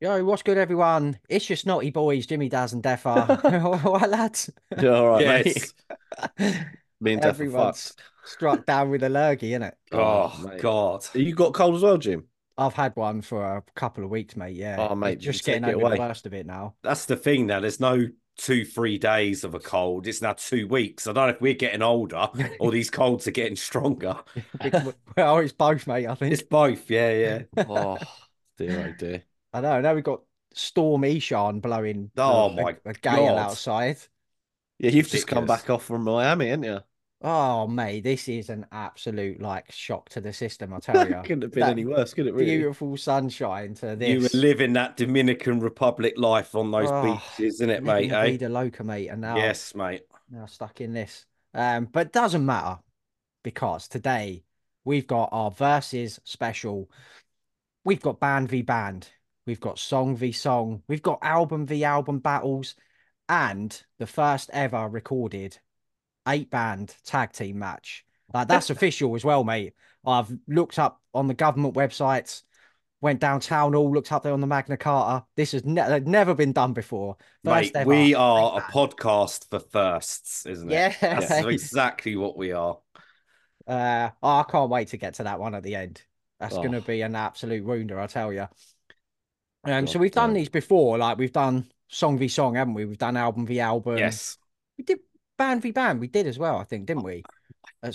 Yo, what's good, everyone? It's your snotty boys, Jimmy Daz and Defar. All right, lads. Yeah, all right, Yeah. mates. Me and Def are Everyone's fucked. struck down with a lurgy, innit? Oh, Oh, mate. God. You got cold as well, Jim. I've had one for a couple of weeks, mate. Yeah. Oh, It's mate, just take getting it over away. the worst of it now. That's the thing now. There's no two, three days of a cold. It's now two weeks. I don't know if we're getting older or these colds are getting stronger. well, oh, it's both, mate. I think. It's both. Yeah, yeah. Oh, dear, oh dear. I know. Now we've got Storm Ishan blowing. Oh, a- my a gale God. outside. Yeah, you've just come Ridiculous. back off from Miami, haven't you? Oh, mate, this is an absolute like shock to the system. I tell you. Couldn't have been That any worse, could it? Really? Beautiful sunshine to this. You were living that Dominican Republic life on those Oh, beaches, isn't it, living mate? la Eh? vida loca, mate, and now Yes, mate. now stuck in this. Um, but it doesn't matter because today we've got our verses special. We've got band v band. We've got song v song. We've got album v album battles, and the first ever recorded eight band tag team match. Like that's official as well, mate. I've looked up on the government websites. Went downtown, all looked up there on the Magna Carta. This has ne- never been done before. Mate, First ever we eight are a band. podcast for firsts, isn't it? Yeah. That's exactly what we are. Uh, oh, I can't wait to get to that one at the end. That's going to Oh. be an absolute rounder, I tell you. Um, so God we've done damn. these before, like we've done song v song, haven't we? We've done album v album. yes. we did band v band. We did as well, I think, didn't we? At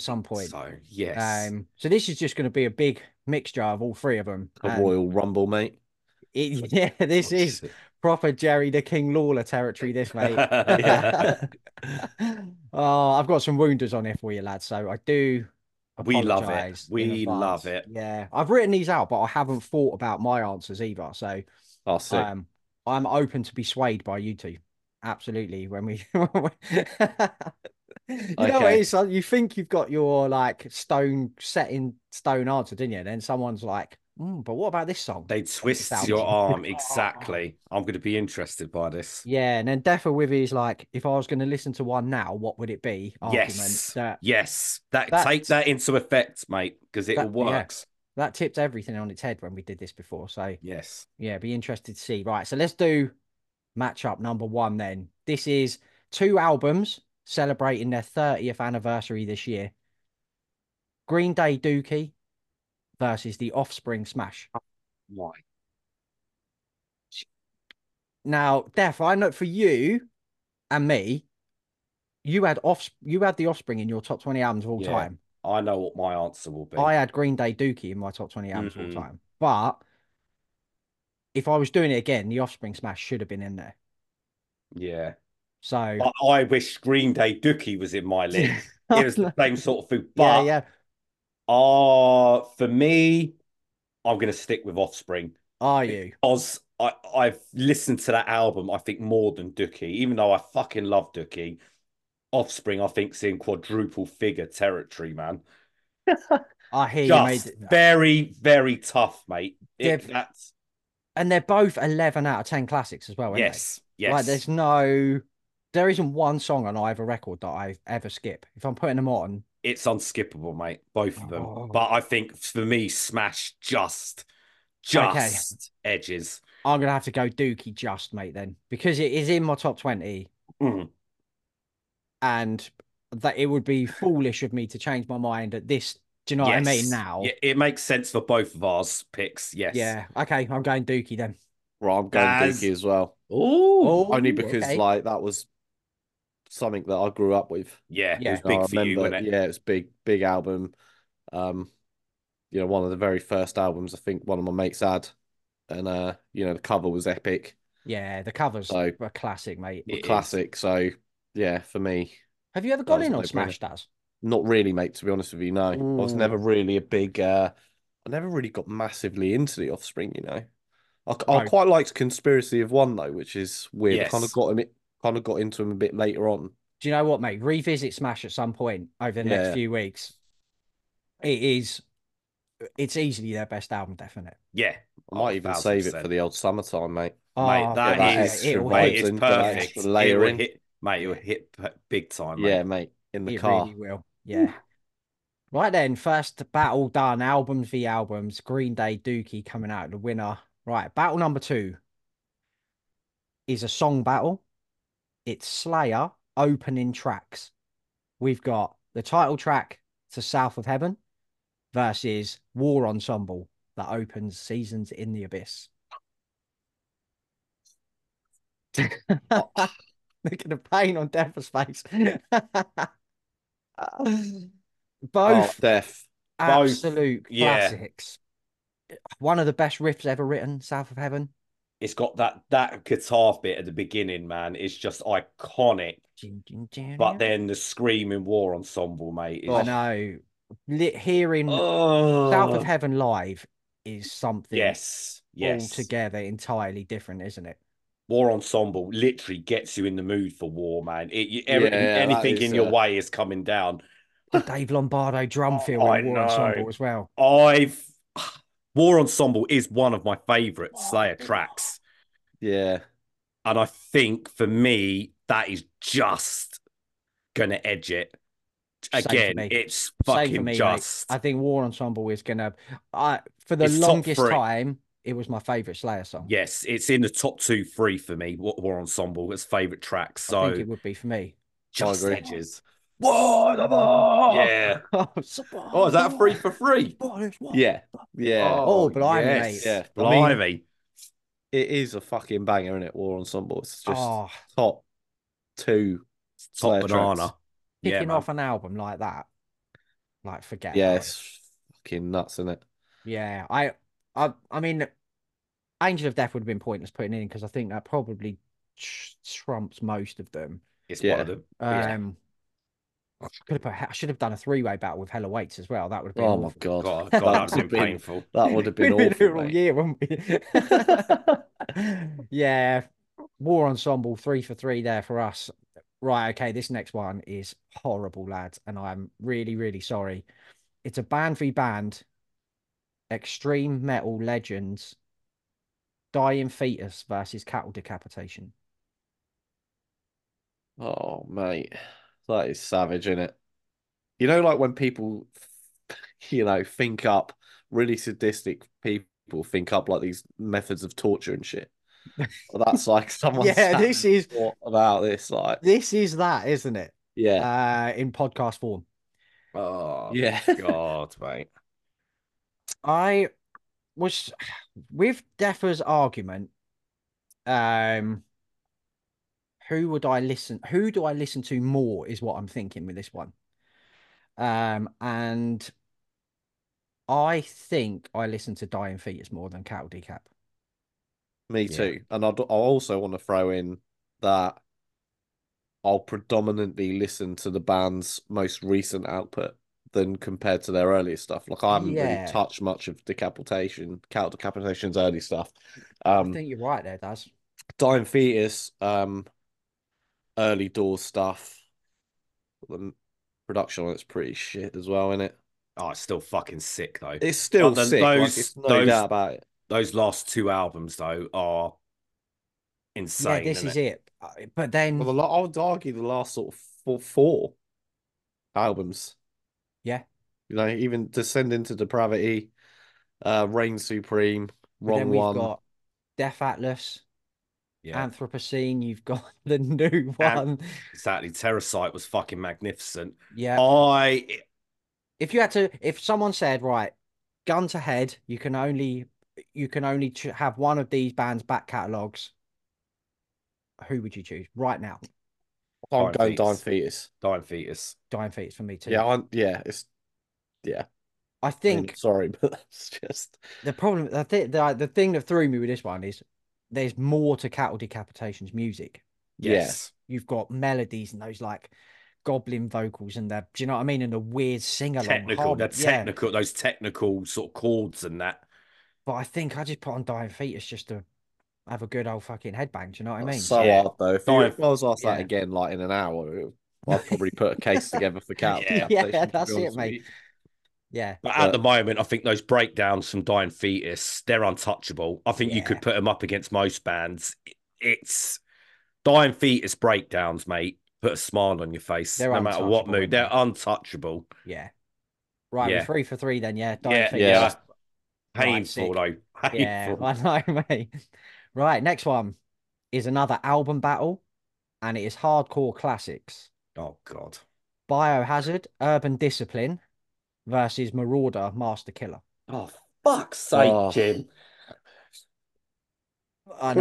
some point. So, yes. Um, so this is just going to be a big mixture of all three of them. A Royal Rumble, mate. it, yeah, this Oh, is shit. proper Jerry the King Lawler territory. This mate. Yeah. oh, I've got some wounders on here for you, lads. So I do. We love it. apologise in We love advance. it. Yeah, I've written these out, but I haven't thought about my answers either. So Oh, sick. um, I'm open to be swayed by you two. Absolutely. When we, you know, what it Okay. is, son? you think you've got your like stone set in stone answer, didn't you? And then someone's like, "Mm, but what about this song? They twist sounds. your arm exactly. I'm going to be interested by this. Yeah, and then Deffer with his like, if I was going to listen to one now, what would it be? Argument Yes. that Yes, that That- take that into effect, mate, because it That- yeah. works. that tipped everything on its head when we did this before. So Yes, yeah, be interested to see. Right, so let's do matchup number one then. This is two albums celebrating their 30th anniversary this year. Green Day Dookie versus the Offspring Smash. why? Now, Def, I know for you and me, you had off you had the Offspring in your top 20 albums of all Yeah. time. I know what my answer will be. I had Green Day Dookie in my top 20 albums of Mhm. all time. But if I was doing it again, the Offspring Smash should have been in there. yeah, So I, I wish Green Day Dookie was in my list. Oh, it was the same sort of food, yeah, but yeah. uh, for me, I'm going to stick with Offspring Are you? because I, I've listened to that album. I think more than Dookie, even though I fucking love Dookie. Offspring, I think's in quadruple figure territory, man. I hear you made. Just very, very tough, mate. It, Dev- that's And they're both 11 out of 10 classics as well, aren't Yes, they? yes. Like, Oh, there's no, there isn't one song on either record that I ever skip. If I'm putting them on, It's unskippable, mate. Both of them. Oh. But I think for me, Smash just, Okay. just edges. I'm going to have to go Dookie Just, mate, then, because it is in my top 20. Mm. And that it would be foolish of me to change my mind at this. Do you know what I mean? Yes. Now, Yeah, it makes sense for both of ours picks. Yes. Yeah. Okay. I'm going Dookie then. Right, I'm going Daz. Dookie as well. Oh, Oh, Only because okay. like that was something that I grew up with. yeah. Yeah. It was big Oh, I for you, remember- wasn't it? Yeah, it was big, big album. Um, you know, one of the very first albums I think one of my mates had, and uh, you know, the cover was epic, yeah, the covers So- were classic, mate. It is. classic. So yeah, for me, Have you ever That gone was in a on no-brainer. Smash Daz? not really, mate. To be honest with you, no, I was Ooh. never really a big. Uh, I never really got massively into the Offspring. You know, I, I No. quite liked Conspiracy of One though, which is weird. I kind Yes. of got him. It kind of got into him a bit later on. Do you know what, mate? Revisit Smash at some point over the next Yeah. few weeks. It is, it's easily their best album, definitely. Yeah. I might Oh, even save it for 1000%. the old summertime, mate. Mate, that that get that is extra it'll mate, hit. vibes it's into that perfect. extra It will layering. hit, mate, it will hit p- big time, mate. Yeah, mate, in the It car. really will. Yeah. Right then, first battle done. Albums v albums. Green Day Dookie coming out the winner. Right, battle number two. is a song battle. It's Slayer opening tracks. We've got the title track to South of Heaven versus War Ensemble that opens Seasons in the Abyss. Look at the pain on Death's face. Oh, Both death. absolute yeah. classics. One of the best riffs ever written, South of Heaven. It's got that that guitar bit at the beginning, man. It's just iconic. Jin, jin, jin, But jin. then the screaming war ensemble, mate. Oh, Is, I know. Li- Hearing oh, South of Heaven live is something Yes, yes. altogether entirely different, isn't it? War ensemble literally gets you in the mood for war, man. It, you, every, Yeah, that anything is, in your uh, way is coming down. The Dave Lombardo drum fill Oh, I in War know. Ensemble as well. I've War Ensemble is one of my favorite Oh, Slayer tracks. Yeah. And I think for me, that is just gonna edge it. Same for Again, me. it's Same for fucking me, mate. just I think War Ensemble is gonna. I for the It's top longest three. time, it was my favorite Slayer song. yes, it's in the top two, three for me. Wa- War Ensemble as favorite track. I So think it would be for me. just agree. edges. War Yeah. oh, Oh, is that free for free? Yeah. Yeah. Oh, blimey, mate. Yeah. I mean, Blimey. it is a fucking banger, is it? War Ensemble. It's just Oh, top two. top Slayer banana. tracks. Yeah, kicking man. off an album like that, like forget. about Yeah, it. it's fucking nuts, isn't it? Yeah, I, I, I mean, Angel of Death would have been pointless putting in because I think that probably tr- trumps most of them. It's Yeah. one of them. Yeah. Um, I could have put, I should have done a three-way battle with Hella Waits as well. That would have been Oh my awful. god. God, God, That that was would've been- painful. That would have been We'd been here awful. all mate. year, wouldn't we? yeah, War Ensemble three for three there for us. Right, okay, this next one is horrible, lads, and I'm really, really sorry. It's a band v band, extreme metal legends, dying fetus versus cattle decapitation. Oh mate, that is savage, isn't it? You know, like when people, you know, think up really sadistic people think up like these methods of torture and shit. Well, that's like someone yeah, sat this is and thought about this, like, this is that, isn't it? yeah, Uh, in podcast form. Oh yeah, God, mate. I was with Defa's argument. Um, who would I listen? Who do I listen to more? Is what I'm thinking with this one. Um, and I think I listen to Dying Fetus more than Cattle Decap. me Yeah. too. And I'd, I also want to throw in that I'll predominantly listen to the band's most recent output than compared to their earlier stuff. Like, I haven't Yeah. really touched much of Decapitation, Count Decapitation's early stuff. I Um, think you're right there, Daz. Dying Fetus, um, early Doors stuff. The m- production on it's pretty shit as well, isn't it? Oh, it's still fucking sick though. It's still then sick. like, those- it's no those- doubt about it. Those last two albums though are insane. yeah, this innit? is it. Uh, But then, Well, the, la- I would argue the last sort of four, four albums. Yeah. You know, even Descend into Depravity, uh, Reign Supreme, but then Wrong we've One. got Death Atlas, Yeah, Anthropocene. You've got the new An- one. exactly. Terracite was fucking magnificent. Yeah. I If you had to, if someone said, right, gun to head, you can only you can only ch- have one of these bands' back catalogs. Who would you choose right now? I'm Dying going Dying Fetus. Fetus. Dying Fetus. Dying Fetus for me too. Yeah, I'm, yeah, it's I I mean, think sorry, but that's just the problem, the, th- the the thing that threw me with this one is there's more to Cattle Decapitation's music. Yeah. Yes. You've got melodies and those like goblin vocals and the, do you know what I mean? And the weird sing along. Technical. They're yeah. technical. Those technical sort of chords and that. But I think I just put on Dying Fetus just to have a good old fucking headbang. Do you know what I mean? so Yeah. hard though. If, you, Dying- if I was asked Yeah. that again, like in an hour, it- I'd probably put a case together for cattle. Yeah. Yeah, decapitation, to that's be it, honest with mate. you. yeah. But at But- the moment, I think those breakdowns from Dying Fetus, they're untouchable. I think you Yeah. could put them up against most bands. It's Dying Fetus breakdowns, mate. Put a smile on your face, They're no matter what untouchable, aren't mood. They're they? untouchable. Yeah. Right, we're Yeah. three for three then, yeah. Dying Yeah, Fetus. yeah. Right, Painful, sick. though. Painful. Yeah, I know, mate. Right, next one. is another album battle, and it is hardcore classics. Oh God. Biohazard, Urban Discipline versus Marauder, Master Killer. Oh fuck's sake, Oh. Jim. I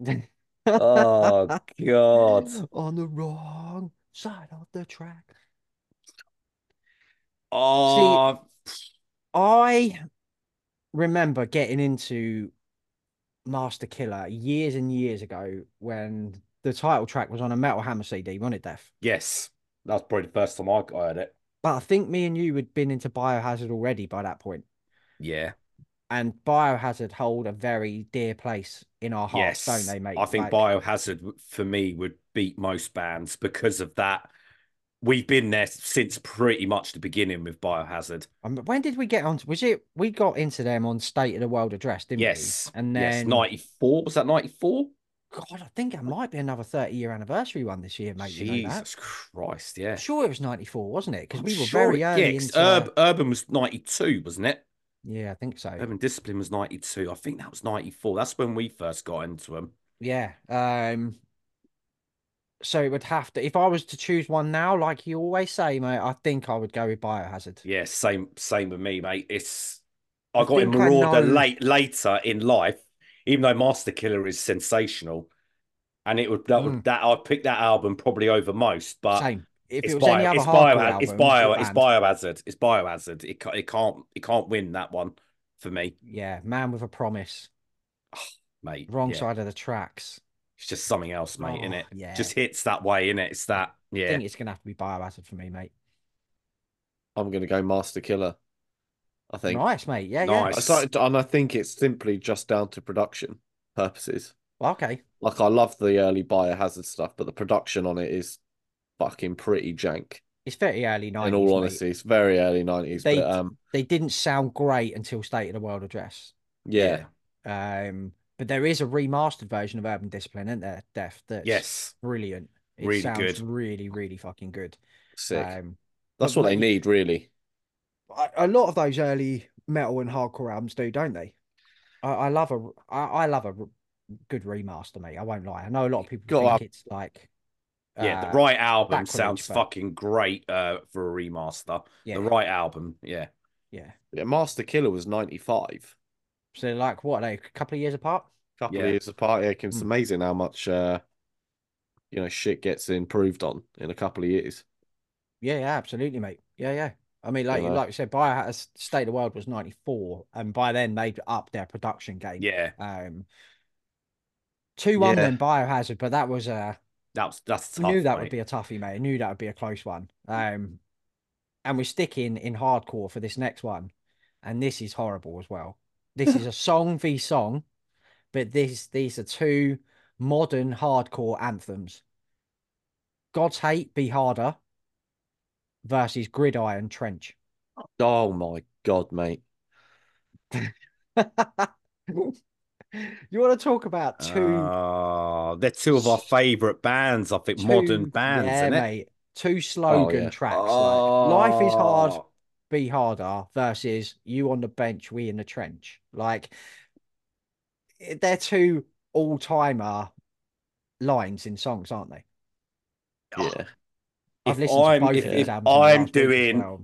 know. Oh God. On the wrong side of the track. Oh I remember getting into Master Killer years and years ago when the title track was on a Metal Hammer CD, wasn't it, Def? yes. That was probably the first time I I heard it. But I think me and you had been into Biohazard already by that point, Yeah. and Biohazard hold a very dear place in our hearts, Yes. don't they, mate? I Like, think Biohazard w- for me would beat most bands because of that. We've been there since pretty much the beginning with Biohazard. I mean, um, when did we get onto? Was it we got into them on State of the World address, didn't we? Yes. And Yes. then, 94. Was that 94? God, I think it might be another 30 year anniversary one this year, mate. You know that? Jesus Christ. Yeah. I'm sure it was 94, wasn't it? Because I'm we were sure very it- early yeah, 'cause into. uh, Urb- Urban was 92, wasn't it? Yeah, I think so. Urban Discipline was 92. I think that was 94. That's when we first got into them. Yeah. Um. So it would have to, if I was to choose one now, like you always say, mate, I think I would go with Biohazard. Yeah, same same with me, mate. It's I I got in think I Marauder know- late later in life, even though Master Killer is sensational. And it would that would Mm. that I'd pick that album probably over most, but Same. If it's it was bio, any other it's hardcore bio, it's album, bio, or it's band, biohazard, it's biohazard. It ca- it can't it can't win that one for me, Yeah, Man with a Promise, mate. Wrong Yeah. Side of the Tracks. It's just something else, mate, in Oh, it. yeah. Just hits that way, in it. It's that I yeah. think it's gonna have to be Biohazard for me, mate. I'm gonna go Master Killer. I think. Nice, mate. Yeah, yeah. Nice. I started, and I think it's simply just down to production purposes. Well, okay. Like I love the early Biohazard stuff, but the production on it is fucking pretty jank. It's very early 90s. in all mate. honesty, it's very early nineties. They- But um, They didn't sound great until State of the World Address. yeah, Um, but there is a remastered version of Urban Discipline, isn't there, Def? That's Yes. brilliant. It Really sounds good. really, really fucking good. sick. Um, That's but what they like- need, really. a- a lot of those early metal and hardcore albums do, don't they? I, I love a, I, I love a r- good remaster, mate. I won't lie. I know a lot of people Got think up. it's like, Yeah, uh, the right album Sacrilege, sounds but- fucking great uh, for a remaster. yeah, The right album, yeah. yeah. Yeah, Master Killer was ninety five. So like, what are they, a couple of years apart? Couple Yeah. of years apart. Yeah, it's Mm. amazing how much uh, you know shit gets improved on in a couple of years. Yeah, yeah, absolutely, mate. Yeah, yeah. I mean, like, know. like you said, Biohazard State of the World was '94, and by then they'd up their production game. Yeah, Um, two one Yeah. then Biohazard, but that was uh, a that's that's we tough, knew that would mate. be a toughie, mate. I knew that would be a close one. Um, and we're sticking in hardcore for this next one, and this is horrible as well. This is a song v song, but this these are two modern hardcore anthems. God's hate be harder versus gridiron trench. Oh my god, mate. you want to talk about two Ah, they're two of our favorite bands, I think, modern two- bands, Oh, yeah, isn't it? mate. Two slogan yeah. tracks. Like, Life is hard, Oh, be harder versus you on the bench, we in the trench. Like eh, they're two all timer lines in songs, aren't they? Oh, Yeah. I've If listened to I'm both if, of these if albums in the last I'm week as doing well.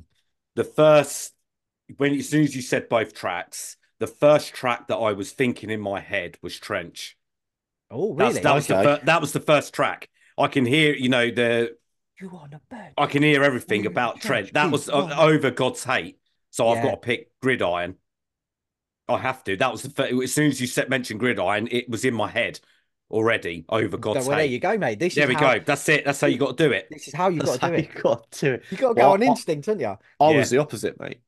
the first when as soon as you said both tracks, the first track that I was thinking in my head was Trench. Oh, That's, really? That was the Okay. fir- that was the first track. I can hear, you know, the You on the bench. I can hear everything We're in about the Trent. trench, That keep was going. uh, over God's hate. So I've Yeah. got to pick Gridiron. I have to. That was the fir- as soon as you said mentioned Gridiron, it was in my head already. Over God's well, there you hate. go, mate. This There is we how, go. That's it. That's how you got to do it. This is how you That's got to how do you it. got to do it. You got to go Well, on I- instinct, haven't you? I Yeah. was the opposite, mate.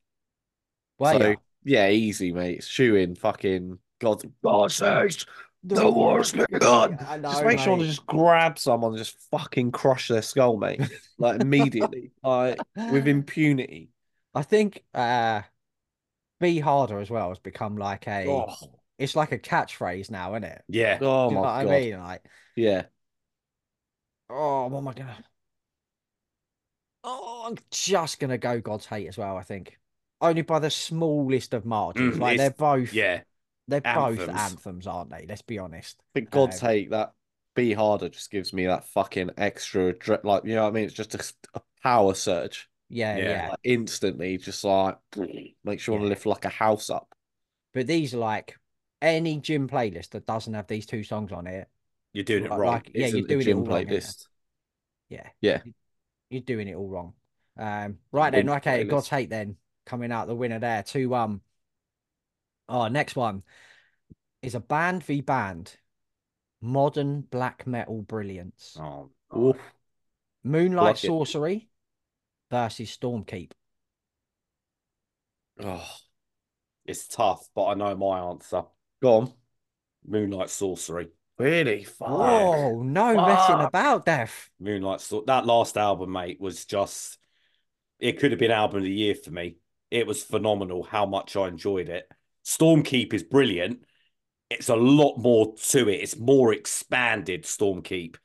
Well, so yeah, yeah. easy, mate. Shoe in, fucking God. God's sake. The war's begun. I know, Just make sure to mate. just grab someone and just fucking crush their skull, mate. Like immediately, like with impunity. I think uh be harder as well has become like a Oh, it's like a catchphrase now, isn't it? Yeah. oh Do my you know what god. I mean? Like, Yeah. oh, what am I gonna? Oh, I'm just gonna go God's hate as well. I think only by the smallest of margins. Mm, like it's- they're both Yeah. They're both Anthems. anthems, aren't they? Let's be honest. For God's Um, sake, that be harder just gives me that fucking extra adre- like you know what I mean. It's just a, a power surge Yeah, Yeah. yeah. like, instantly, just like makes you want to Yeah. lift like a house up. But these are like any gym playlist that doesn't have these two songs on it. You're doing it Like- wrong. like- yeah, Isn't you're a doing it gym all wrong. ain't you? playlist. Yeah. Yeah. You- You're doing it all wrong. Um, right then, Winter okay, playlist. God's Hate then coming out the winner there. Two um oh next one is a band v band. Modern black metal brilliance. Oh, Oof. Moonlight like it. Sorcery versus Stormkeep. Oh, it's tough, but I know my answer. go on. Moonlight sorcery. Really? Fuck. Whoa, Oh, no messing Fuck. about, Def. Moonlight Sor- that last album, mate, was just it could have been album of the year for me. It was phenomenal how much I enjoyed it. Stormkeep is brilliant. It's a lot more to it. It's more expanded Stormkeep.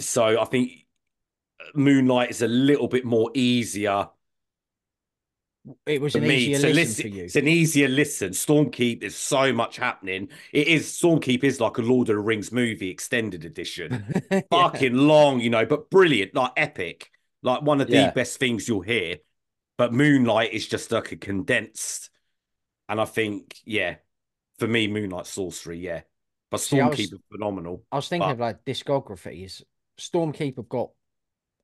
So I think uh, Moonlight is a little bit more easier It was for an me easier to listen, listen. for you. It's an easier listen. Stormkeep is so much happening. It is Stormkeep is like a Lord of the Rings movie extended edition. Yeah. fucking long, you know, but brilliant, like epic, like one of the Yeah. best things you'll hear. But Moonlight is just like a condensed, and I think, yeah, for me, Moonlight Sorcery, yeah, but See, I was- Stormkeeper phenomenal. I was thinking But- of like discographies. Stormkeep have got.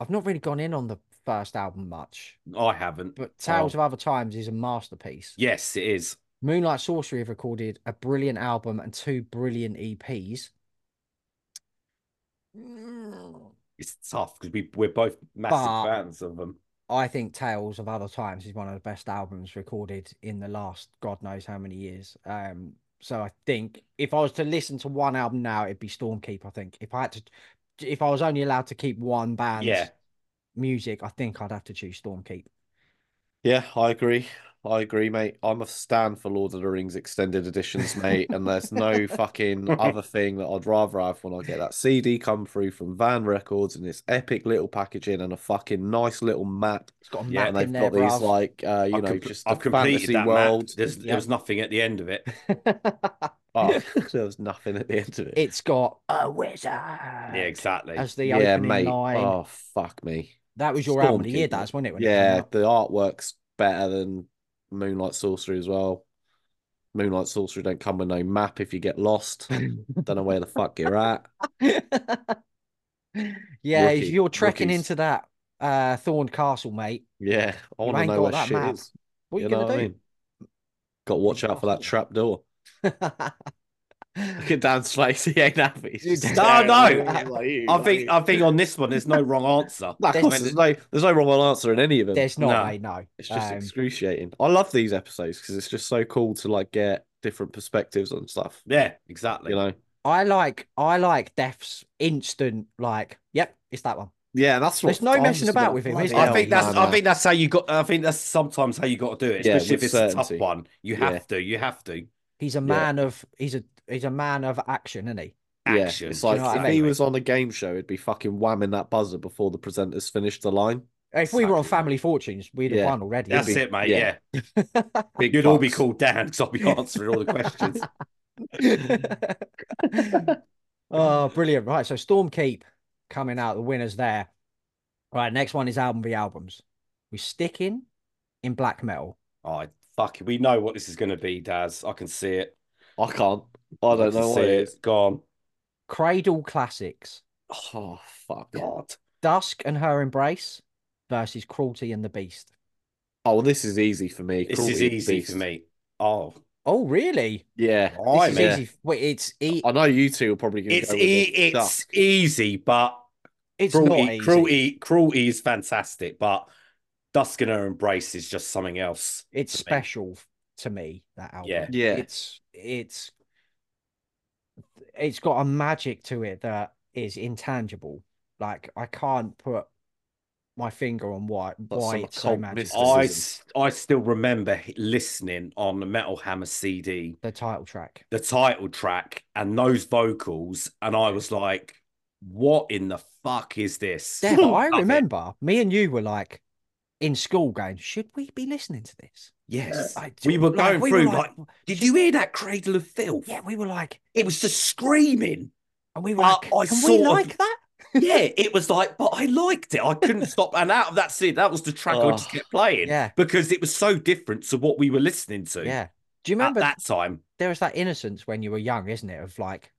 I've not really gone in on the first album much, I haven't. but Tales of Other Times is a masterpiece. Yes, it is. Moonlight Sorcery have recorded a brilliant album and two brilliant E EPs. Mm, It's tough because we we're both massive But- fans of them. I think Tales of Other Times is one of the best albums recorded in the last God knows how many years. Um, so I think if I was to listen to one album now, it'd be Stormkeep. I think if I had to, if I was only allowed to keep one band, Yeah, music, I think I'd have to choose Stormkeep. Yeah, I agree. I agree, mate. I'm a stand for Lord of the Rings extended editions, mate, and there's no fucking other thing that I'd rather have when I get that CD come through from Van Records and this epic little packaging and a fucking nice little map. It's got a Yeah, map and they've in there, got these bruv. like uh, you I've know, compl- just I've the completed fantasy that world. Map. There's, Yeah. There was nothing at the end of it. Oh, there was nothing at the end of it. it's got a wizard Yeah, exactly. as the yeah, opening mate. line. Oh fuck me. that was your album of the year, Stormkeeper. that was, wasn't it? when it came Yeah, out? the artwork's better than Moonlight Sorcery as well. Moonlight Sorcery don't come with no map if you get lost. Don't know where the fuck you're at. yeah, if Rookie- you're trekking rookies. into that uh, Thorn Castle, mate, Yeah, I want to ain't know got where that shit map. is. what are you, know gonna what I do? mean? Got to watch out for that trap door. Look at Dan's face. He ain't happy. He's You just "Ah, don't staring at know. me. He's like, "You, I think like, I think on this one, there's no wrong answer. Nah, of there's- course, there's no there's no wrong answer in any of them. There's not, No. mate, no. It's just Um, excruciating. I love these episodes because it's just so cool to like get different perspectives on stuff. Yeah, exactly. You know. I like I like Def's instant, like, yep, it's that one. Yeah, that's what. There's no I'm messing just about with him, bloody is there? I hell, think that's man, I think that's how you got I think that's sometimes how you got to do it, Yeah, especially with if it's a certainty. tough one. You Yeah. have to, you have to. He's a man of he's a he's a man of action, isn't he? Yeah, Action. it's Do you like know what I if mean? he was on a game show, it'd be fucking whamming that buzzer before the presenters finished the line. If we were on Exactly. Family Fortunes, we'd have Yeah. won already. That's wouldn't it, mate. yeah. Yeah. Big You'd all be bucks. called Dan because I'll be answering all the questions. we? oh, brilliant. Right. So Stormkeep coming out, the winners there. Right. Next one is album v albums. We stick in in black metal. Oh, I- fuck it. We know what this is gonna be, Daz. I can see it. I can't. I don't can know see what it it. is. Gone. Cradle classics. Oh fuck. Oh, God. Dusk and her embrace versus Cruelty and the Beast. well, Oh, this is easy for me. This Cruelty is of the easy Beast. for me. Oh, Oh, really? Yeah, This right, is man. easy. Wait, it's e- I know you two are probably going to It's go with e- it. it's Duck. easy, but it's not cruelty, easy. cruelty, cruelty is fantastic, but Dusk and her embrace is just something else. It's to me. special f- to me, that album. Yeah. Yeah. It's it's it's got a magic to it that is intangible. Like I can't put my finger on why why some it's so occult magical. mysticism. I, s- I still remember h- listening on the Metal Hammer CD, The title track. the title track, and those vocals, and I was like, "What in the fuck is this?" Deb, I Love it. remember me and you were like, in school going, should we be listening to this? Yes. I We were going were through, Did you hear that Cradle of Filth? yeah, we were like, It was just screaming. and we were Uh, like, I can we sort of- like that? yeah, it was like, but I liked it. I couldn't stop. And out of that scene, that was the track I just Ugh. kept playing Yeah. because it was so different to what we were listening to Yeah. Do you at remember that time. there was that innocence when you were young, isn't it? Of like,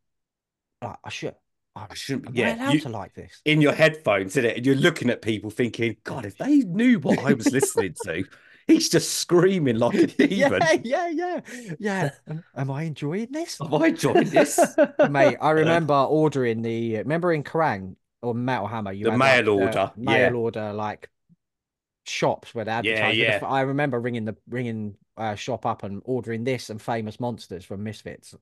like I should, I, I shouldn't. am I Yeah, allowed you- to like this? in your headphones, is it? And you're looking at people thinking, God, if they knew what I was listening to, he's just screaming like a demon. Yeah, yeah, yeah, yeah. Am- Am I enjoying this? Have I joined this? mate. I remember ordering the remember in Kerrang or Metal Hammer, you The had, like, mail the order, yeah. mail order like shops where they Yeah, advertised. yeah. I remember ringing the ringing uh, shop up and ordering this and Famous Monsters from Misfits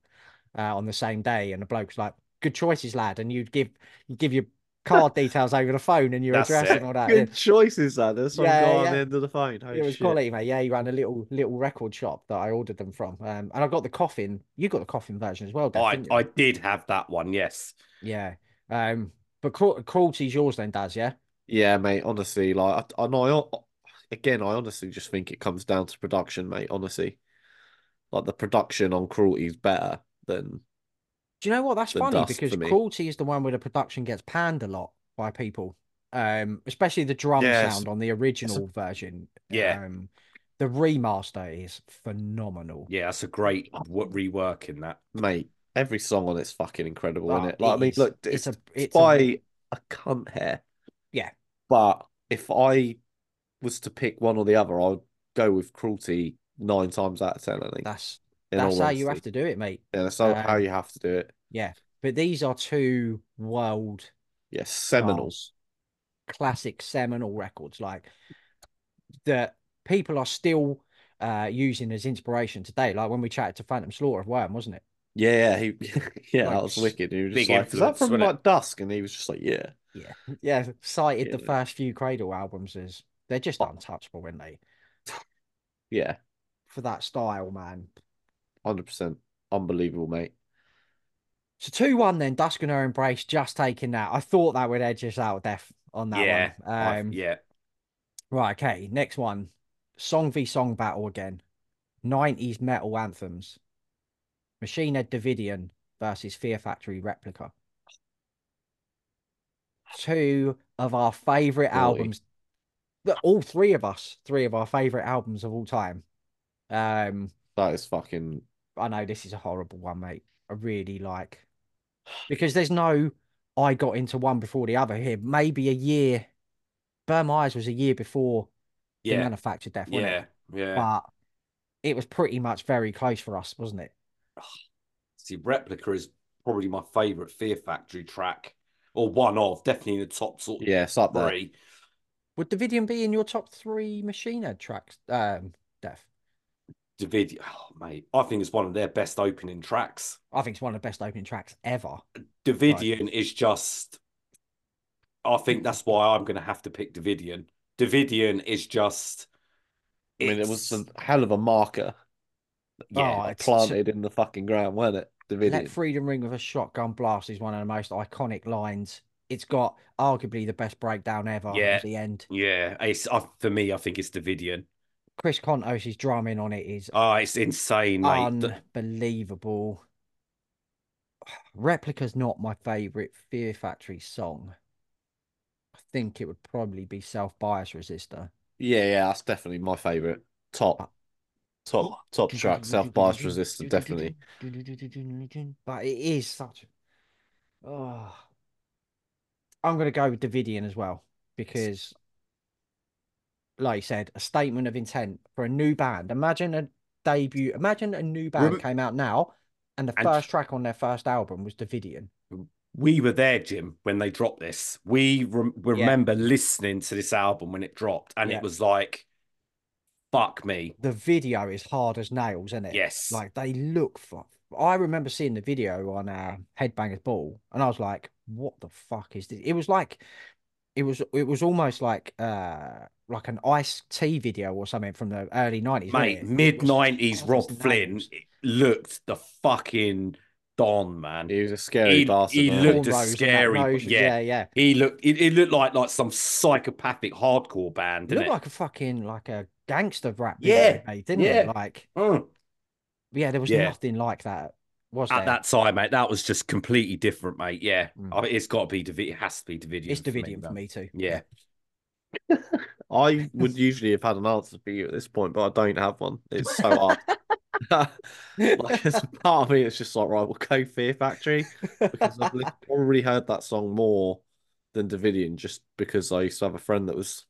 uh, on the same day, and the bloke's like, "Good choices, lad," and you'd give you give your card details over the phone and your That's address it. and all that. Good choices, that. There's some Yeah, guy on yeah. the end of the phone. Yeah. Holy It was Oh, shit. quality, mate. Yeah, he ran a little little record shop that I ordered them from, um, and I got the coffin. You got the coffin version as well, Dad, I, didn't you? I did have that one, yes. Yeah. Um, but cru- cruelty's yours then, Daz, yeah? Yeah, mate. Honestly, like I, I know. I, again, I honestly just think it comes down to production, mate. Honestly, like the production on Cruelty is better than Do you know what? That's The funny dust because for me. cruelty is the one where the production gets panned a lot by people. Um, especially the drum Yes. sound on the original version. Yeah. Um, the remaster is phenomenal. Yeah, that's a great w- rework in that. mate. Every song on it's fucking incredible, Oh, isn't it? Like, I it mean, is. look, It's it's, a- it's a- by a... cunt hair. Yeah. But if I was to pick one or the other, I'd go with Cruelty nine times out of ten. I think. That's in that's all how you have honesty. to do it, mate. Yeah, that's how, how Um, you have to do it. Yeah. But these are two world Yes, seminal. class, classic seminal records like that people are still uh using as inspiration today. Like when we chatted to Phantom Slaughter of Worm, wasn't it? Yeah, yeah, he, yeah, Like, that was wicked. He was big just like, "Is that influence, from wasn't it?" like Dusk?" And he was just like, "Yeah." Yeah, yeah. Cited the Yeah. first few Cradle albums as they're just Oh. untouchable, aren't they? Yeah, For that style, man. hundred percent, unbelievable, mate. So two one then. Dusk and her embrace, just taking that. I thought that would edge us out of death on that yeah. one. I- Um, yeah. right, okay. Next one, song v song battle again. Nineties metal anthems. Machine Head Davidian versus Fear Factory Replica. Two of our favorite Boy. albums. that All three of us, three of our favorite albums of all time. Um, That is fucking. I know this is a horrible one, mate. I really like because there's no I got into one before the other here. Maybe a year. Burma Eyes was a year before the Yeah. manufactured death, wasn't Yeah. it? Yeah. But it was pretty much very close for us, wasn't it? See, Replica is probably my favorite Fear Factory track, or one of, definitely in the top sort of Yeah, it's up there. three. Would Davidian be in your top three Machine Head tracks? Um, Death. David, oh, mate, I think it's one of their best opening tracks. I think it's one of the best opening tracks ever. Davidian is just. I think that's why I'm going to have to pick Davidian. Davidian is just. I mean, it it's- was a hell of a marker Oh, yeah, like, it's- planted in the fucking ground, weren't it? Davidian. Let freedom ring with a shotgun blast is one of the most iconic lines. It's got arguably the best breakdown ever Yeah. at the end. yeah. It's uh, for me. I think it's Davidian. Chris Contos' drumming on it is Oh, it's insane, mate. Um, The- unbelievable. Replica's not my favorite Fear Factory song. I think it would probably be Self Bias Resistor. Yeah, yeah, that's definitely my favorite. Top, top, top track. Self bias resistant, definitely. But it is such. Oh. I'm going to go with Davidian as well because, like you said, a statement of intent for a new band. Imagine a debut. Imagine a new band Rem- came out now, and the And- first track on their first album was Davidian. we were there, Jim, when they dropped this. We rem- remember listening to this album when it dropped, and Yeah. it was like, "Fuck me, The video is hard as nails, isn't it? yes, Like they look for. I remember seeing the video on uh, Headbangers Ball, and I was like, "What the fuck is this?" It was like, it was it was almost like uh like an Ice T video or something from the early nineties, mate." Mid nineties, Rob Flynn looked the fucking Don, man. He was a scary He- bastard. he wasn't looked a Cornrows and that scary one, nose, yeah. yeah, yeah. He looked it, it looked like like some psychopathic hardcore band, It didn't looked it? like a fucking like a gangster rap. Yeah, video, mate, didn't it? yeah. Like, Mm. yeah, there was Yeah. nothing like that, was there? At that time, mate, that was just completely different, mate. Yeah, Mm. I mean, it's got to be David. It has to be Davidian. it's for me, Davidian for man. me too. Yeah, I would usually have had an answer for you at this point, but I don't have one. It's so hard. like, it's part of me, it's just like, right, we'll go Fear Factory because I've li- probably heard that song more than Davidian just because I used to have a friend that was,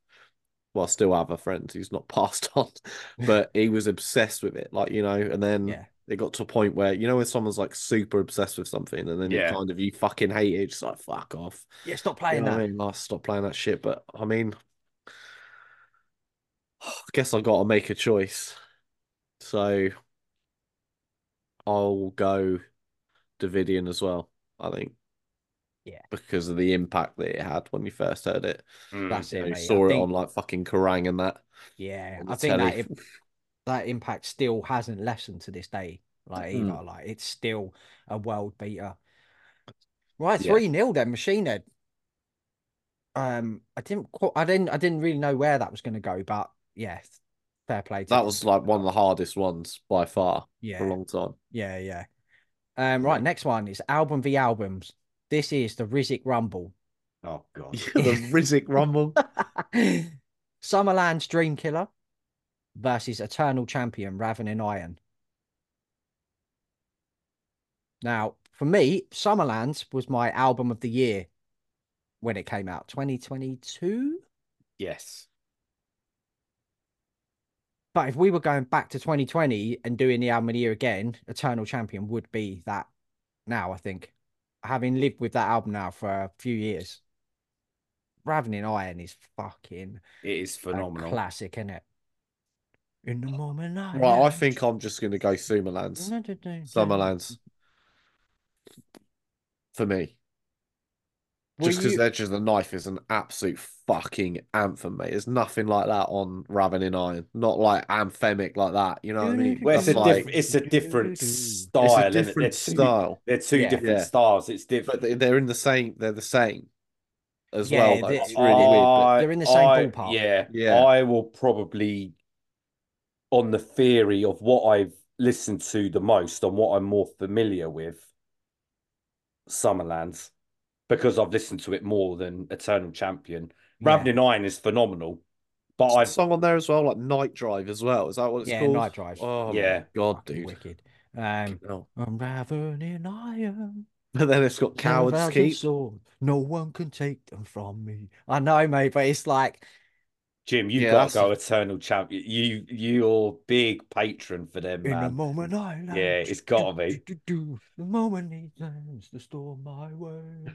well, I still have a friend who's not passed on, but he was obsessed with it. Like, you know, and then Yeah. it got to a point where, you know, when someone's like super obsessed with something and then Yeah. you kind of, you fucking hate it, it's like, fuck off. Yeah, stop You playing know what I that. mean? Like, stop playing that shit. But I mean, I guess I've got to make a choice. So I'll go Davidian as well, I think. Yeah. Because of the impact that it had when you first heard it. Mm. That's You it, know, mate. I saw it think- on like fucking Kerrang and that. Yeah, on the I think that telly. im- that impact still hasn't lessened to this day. Like Mm. either, like it's still a world beater. Right, Yeah. three nil then, Machine Head. Um, I didn't, qu- I didn't, I didn't really know where that was going to go, but yeah, fair play. To That them. was like one of the hardest ones by far for a yeah, long time. yeah, yeah. Um, right, Right. next one is album v albums. This is the Rizik Rumble. Oh god. the Rizzik Rumble. Summerland's Dream Killer versus Eternal Champion Raven and Iron. Now, for me, Summerlands was my album of the year when it came out, 2022. Yes. But if we were going back to 2020 and doing the album of the year again, Eternal Champion would be that now, I think. Having lived with that album now for a few years, Raven and Iron is fucking It is a phenomenal. classic, isn't it? In the moment, I Right, I know. think I'm just gonna go Mm-hmm. Sumerlands. Summerlands. For me. Were Just because you- Edge of the Knife is an absolute fucking anthem, mate. There's nothing like that on Raven in Iron. Not like anthemic like that. You know what I mean? Well, it's a That's like, diff- it's a different Doo-doo-doo. it's style. a innit? They're different two- style, They're two Yeah. different Yeah. styles. It's but different. they- they're in the same. They're the same as Yeah, well. Though. they- It's really weird. They're in the same I- ballpark. Yeah, Yeah. I will probably, on the theory of what I've listened to the most, on what I'm more familiar with, Summerlands, because I've listened to it more than Eternal Champion. Yeah. Raven Nine is phenomenal, but But I There's a song on there as well, like Night Drive as well. Is that what it's Yeah, called? Night Drive. Oh my Yeah. god, Fucking dude. wicked. Um, No. I'm ravening iron. But then it's got Cowards without a Keep. sword. No one can take them from me. I know, mate, but it's like, Jim, you've Yeah, got that's to go Eternal Champion. You you're big patron for them, in the man. moment I learn. Yeah, it's gotta be. The moment he learns to store my way.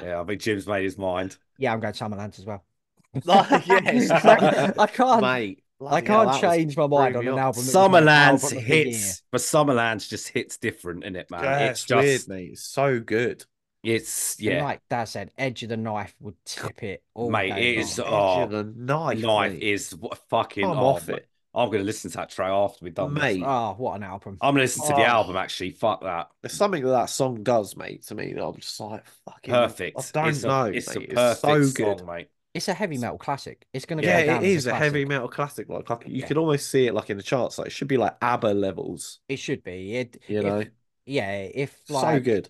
Yeah, I think Jim's made his mind. Yeah, I'm going Summerlands as well. Like, yeah, it's I, I can't. Mate, I bloody hell, can't that was- change my mind threw on me an off. album. that was my Summerlands album of the year. hits, but Summerlands just hits different, isn't it, man? Yeah, it's it's weird, just, mate. It's so good. it's And yeah, Like Dad said, edge of the knife would tip it all Mate, day it is- long. Edge Oh, of the Knife. knife mate. is what fucking. I'm oh, off mate. it. I'm gonna listen to that track after we've done Mate. this. Oh, what an album! I'm gonna listen to the Oh. album actually. Fuck that. There's something that that song does, mate, to me. that I'm just like, fucking. Perfect. I don't it's a, know. It's mate. a perfect it's so good. song, mate. It's a heavy metal classic. It's gonna Yeah, go down it as is a heavy classic. metal classic. Like, I c- you Yeah. can almost see it like in the charts. Like, it should be like ABBA levels, It should be. It, you if- know? yeah. If so like good.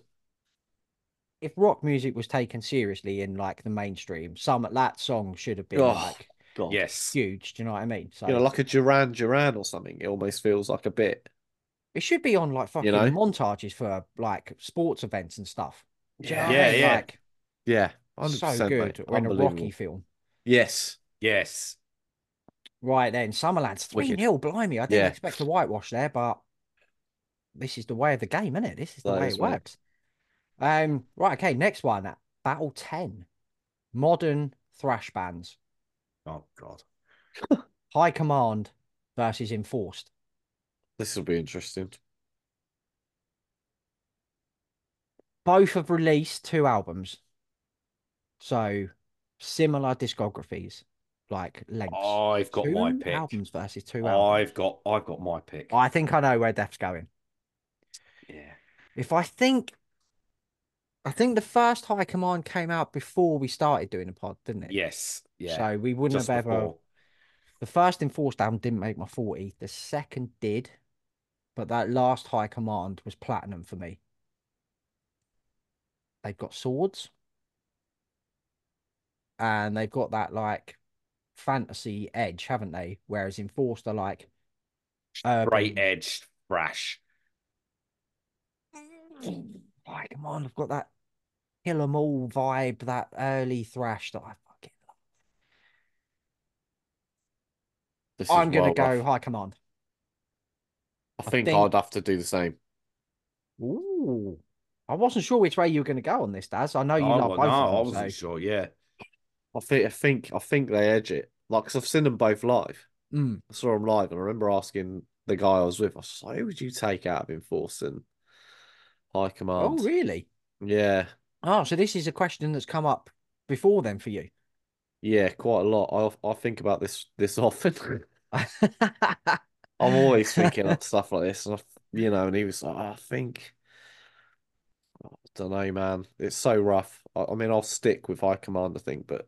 if rock music was taken seriously in like the mainstream, some that song should have been Oh, like God. Yes. huge. Do you know what I mean? So You know, like a Duran Duran or something. It almost feels like a bit. it should be on like fucking you know? montages for like sports events and stuff. Do you know what I Yeah, mean? yeah. Like Yeah. 100%. so mate. good. Or in a Unbelievable. Rocky film. Yes. Yes. Right then, Summerlands three Wicked. 0 blimey. I didn't Yeah. expect a whitewash there, but this is the way of the game, isn't it? This is the That way is, it mate. works. Um, right, okay, next one. Battle ten. Modern thrash bands. Oh God. High Command versus Enforced. This will be interesting. Both have released two albums. So similar discographies, like lengths. I've got my Two pick. albums versus two albums. I've got I've got my pick. I think I know where Death's going. Yeah. If I think, I think the first High Command came out before we started doing the pod, didn't it? Yes. Yeah. So we wouldn't just have ever. before. The first Enforced album didn't make my 40. The second did, but that last High Command was platinum for me. They've got swords. And they've got that like fantasy edge, haven't they? Whereas Enforced are like Straight urban- edge thrash. High Command have got that kill 'em all vibe, that early thrash that I fucking love. This is I'm gonna wild. I- go High Command. I think think- I'd have to do the same. Ooh. I wasn't sure which way you were going to go on this, Daz. I know Oh, you I love wa- both no, I of them. wasn't so- sure. Yeah. I think I think I think they edge it. Like, i I've seen them both live. Mm, I saw them live, and I remember asking the guy I was with. I was like, "Who would you take out of Enforce and High Oh, Command?" really? Yeah, Oh, so this is a question that's come up before then for you. yeah, quite a lot. I of- I think about this this often. I'm always thinking of stuff like this, and I, f- you know, and he was like, "I think." I don't know, man. It's so rough. I, I mean, I'll stick with High Command, I think, but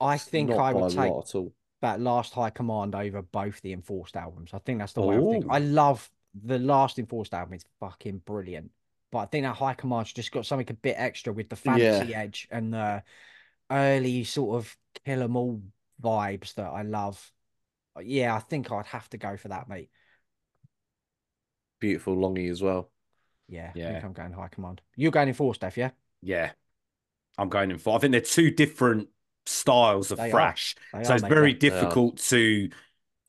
I it's think not I by would a take lot at all. that last High Command over both the Enforced albums. I think that's the way I think. Ooh. I love the last Enforced album. It's fucking brilliant. But I think that High Command's just got something a bit extra with the Yeah. fantasy edge and the early sort of kill 'em all vibes that I love. Uh, Yeah, I think I'd have to go for that, mate. Beautiful Longy as well. Yeah, I Yeah. think I'm going High Command. You're going Enforced, Def, yeah? Yeah. I'm going in for. I think they're two different styles of They are. thrash. They So are, it's mate, very yeah. are. difficult to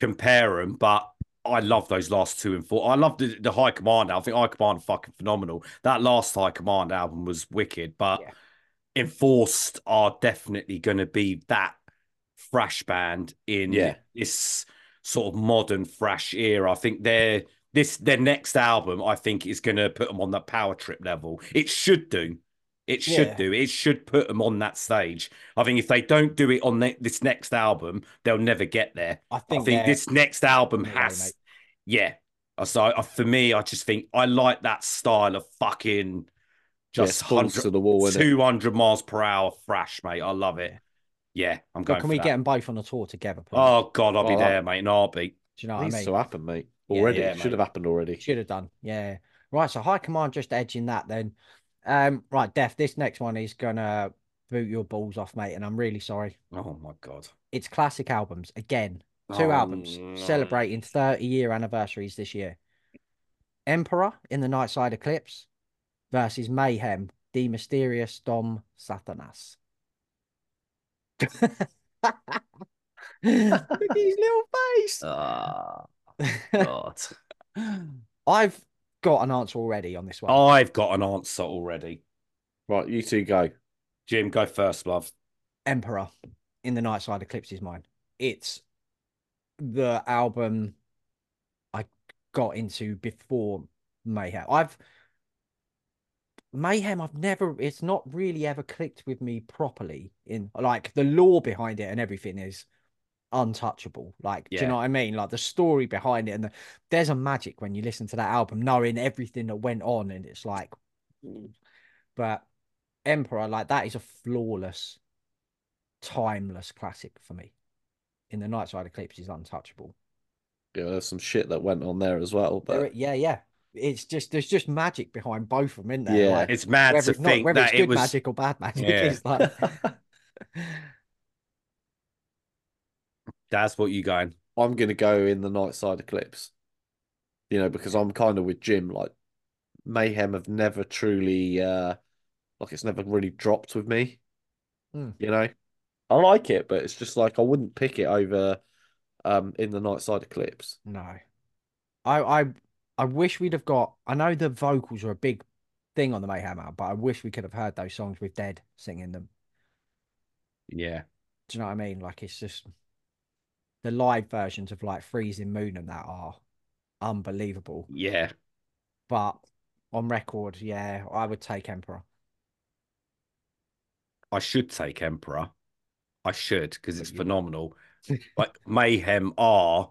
compare them, but I love those last two and four. I love the, the High Command. album. I think High Command are fucking phenomenal. That last High Command album was wicked, but Yeah. Enforced are definitely going to be that thrash band in Yeah. this sort of modern thrash era. I think they're. This their next album, I think, is going to put them on that power trip level. It should do. It should Yeah. do. It should put them on that stage. I think if they don't do it on ne- this next album, they'll never get there. I I think, think they're- this next album No way, has, mate. yeah. Uh, So I, for me, I just think I like that style of fucking Yeah, just balls 100, to the wall, innit? 200 miles per hour thrash, mate. I love it. Yeah, I'm God, going. can for we that. get them both on a tour together, please? Oh God, I'll be Oh, there, mate. In a heartbeat. Do you know what I Needs mean? to happen, mate. Yeah, Already, yeah, it should mate. have happened already. Should have done. Yeah. Right. So high command just edging that then. Um, right, Def, this next one is gonna boot your balls off, mate, and I'm really sorry. Oh my God. It's classic albums again. Two Oh, albums no. celebrating 30 year anniversaries this year. Emperor in the Nightside Eclipse versus Mayhem, the mysterious Dom Satanas. Look at his little face. uh, Ah, God. I've got an answer already on this one. I've got an answer already. Right, you two go. Jim, go first, love. Emperor in the Nightside Eclipse is mine. It's the album I got into before Mayhem. I've Mayhem, I've never it's not really ever clicked with me properly in like the lore behind it and everything is untouchable. Like, do Yeah. you know what I mean? Like the story behind it and the, there's a magic when you listen to that album, knowing everything that went on, and it's like but Emperor, like that is a flawless, timeless classic for me. In the Nightside Eclipse is untouchable. Yeah, there's some shit that went on there as well, but There- yeah, yeah. It's just there's just magic behind both of them, isn't there? Yeah. Like, It's mad whether to it's, not- think whether it's that it good was. magic or bad magic, Yeah. it's like That's what you going. I'm gonna go in the night side eclipse. You know, because I'm kind of with Jim, like Mayhem have never truly uh like it's never really dropped with me. Hmm. You know? I like it, but it's just like I wouldn't pick it over um in the night side eclipse. no. I I I wish we'd have got I know the vocals are a big thing on the Mayhem album, but I wish we could have heard those songs with Dead singing them. Yeah. Do you know what I mean? Like it's just the live versions of like Freezing Moon and that are unbelievable. Yeah. But on record, yeah, I would take Emperor. I should take Emperor. I should because it's you- phenomenal. But Mayhem are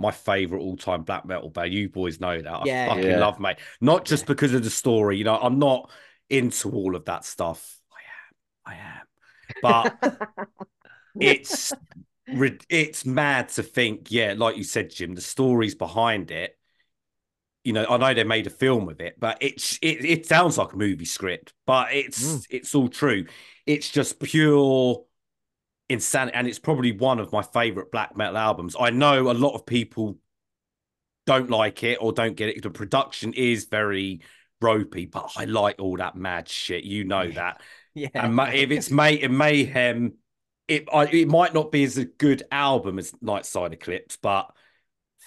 my favorite all time black metal band. You boys know that. Yeah. I fucking Yeah. love, mate. Not just because of the story. You know, I'm not into all of that stuff. I am. I am. But it's rid- it's mad to think, yeah, like you said, Jim, the stories behind it. You know, I know they made a film with it, but it's it, it sounds like a movie script, but it's Mm. it's all true. It's just pure insanity, and it's probably one of my favorite black metal albums. I know a lot of people don't like it or don't get it. The production is very ropey, but I like all that mad shit. You know that. yeah. And ma- if it's May in Mayhem, it I, it might not be as a good album as Night Side Eclipse, but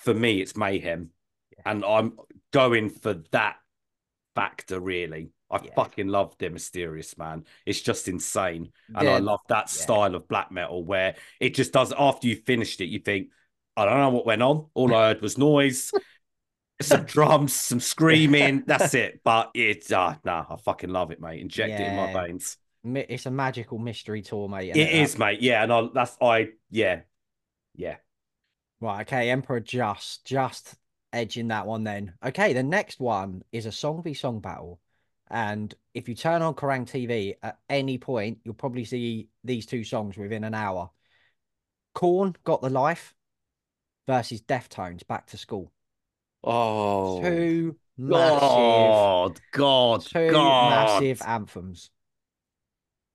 for me, it's Mayhem, and I'm going for that factor. Really, I Yeah. fucking love their Mysterious Man. It's just insane, and Yeah. I love that Yeah. style of black metal where it just does. After you finished it, you think, I don't know what went on. All I heard was noise. Some drums, some screaming, that's it. But it's uh nah, I fucking love it, mate. Inject it in my Yeah. veins. Mi- it's a magical mystery tour, mate. It is, mate. Yeah, and I, that's I. Yeah, yeah. Right, okay, Emperor just just edging that one then. Okay, the next one is a song v song battle. And if you turn on Kerrang TV at any point, you'll probably see these two songs within an hour. Corn Got the Life versus Deftones Back to School. Oh, Two massive God, God, two God. massive anthems.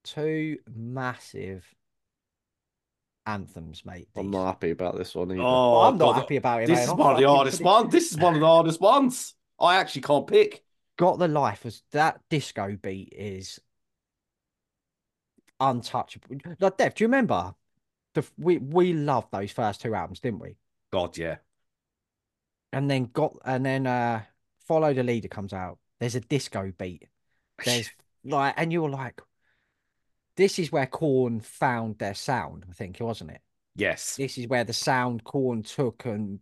Two massive anthems, mate. I'm these. not happy about this one either. Oh, Well, I'm not God. happy about it. This mate. is I'm one of the fucking hardest pretty- ones. This is one of the hardest ones. I actually can't pick. Got the Life was that disco beat is untouchable. Like Dev, do you remember? The, f- we we loved those first two albums, didn't we? God, yeah. And then got and then uh Follow the Leader comes out. There's a disco beat. There's like and you're like this is where Korn found their sound, I think, wasn't it? Yes. This is where the E sound Korn took and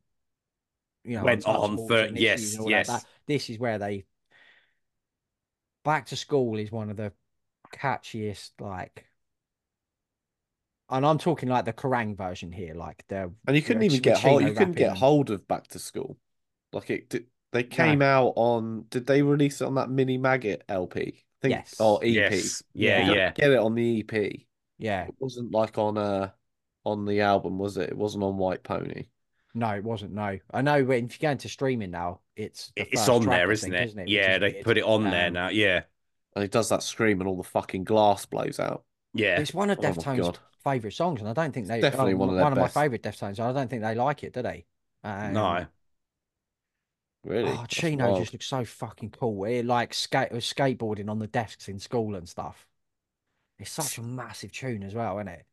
you know Went on Untouchables for- and yes, Issues and all like yes. that. This is where they Back to School is one of the catchiest like and I'm talking like the Kerrang version here, like the and you couldn't yeah, even get hold. Chino You couldn't get rapping. hold of Back to School. Like it, did, they came out on. Did they release it on that Mini Maggot LP? I think Yes. or E EP. Yes. Yeah. Yeah, yeah. You don't Get it on the EP. yeah. It wasn't like on uh on the album, was it? It wasn't on White Pony. No, it wasn't. No, I know. When if you go into streaming now, it's the It's first on track, there, I isn't think, it? isn't it? Which Yeah, is they weird. put it on there Um, now. Yeah, And he does that scream and all the fucking glass blows out. yeah. It's one of Oh my Deftones' God. favorite songs, and I don't think It's they definitely um, one of their my best. favorite Deftones. I don't think they like it, do they? Um, no. Really? Oh, That's Chino wild. just looks so fucking cool. It like skate was skateboarding on the desks in school and stuff. It's such a massive tune as well, isn't it?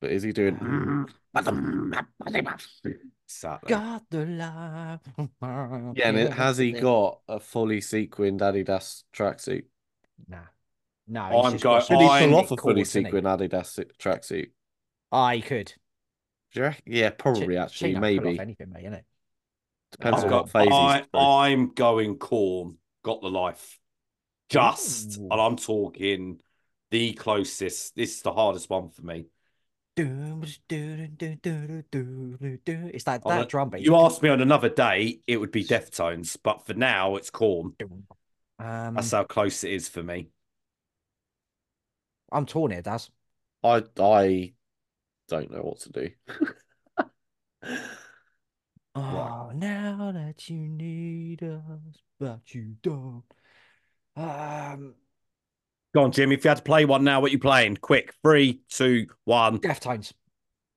But is he doing Ah, Exactly. God the love. Yeah, and it, has he got a fully sequined Adidas tracksuit? Nah, no. I'm he's just go- got Did he some pull I'm- off a sick fully chords, didn't he? sequined Adidas tracksuit? I could. Do you reckon? Yeah, probably Chi- actually, Chino could pull off maybe. anything, mate, innit? Depends I've on got, what phase I, he's through. I'm going corn, got the life. Just, Ooh. and I'm talking the closest. This is the hardest one for me. Doom, doo, doo, doo, doo, doo, doo, doo. It's that, On that a- drum beat. Oh, You asked me on another day, it would be Deftones, but for now, it's corn. Doom. Um, Mm. That's how close it is for me. I'm torn here, Daz. I I don't know what to do. Oh, now that you need us, but you don't. Um, Go on, Jim. If you had to play one now, what you playing? Quick. Three, two, one. Deftones,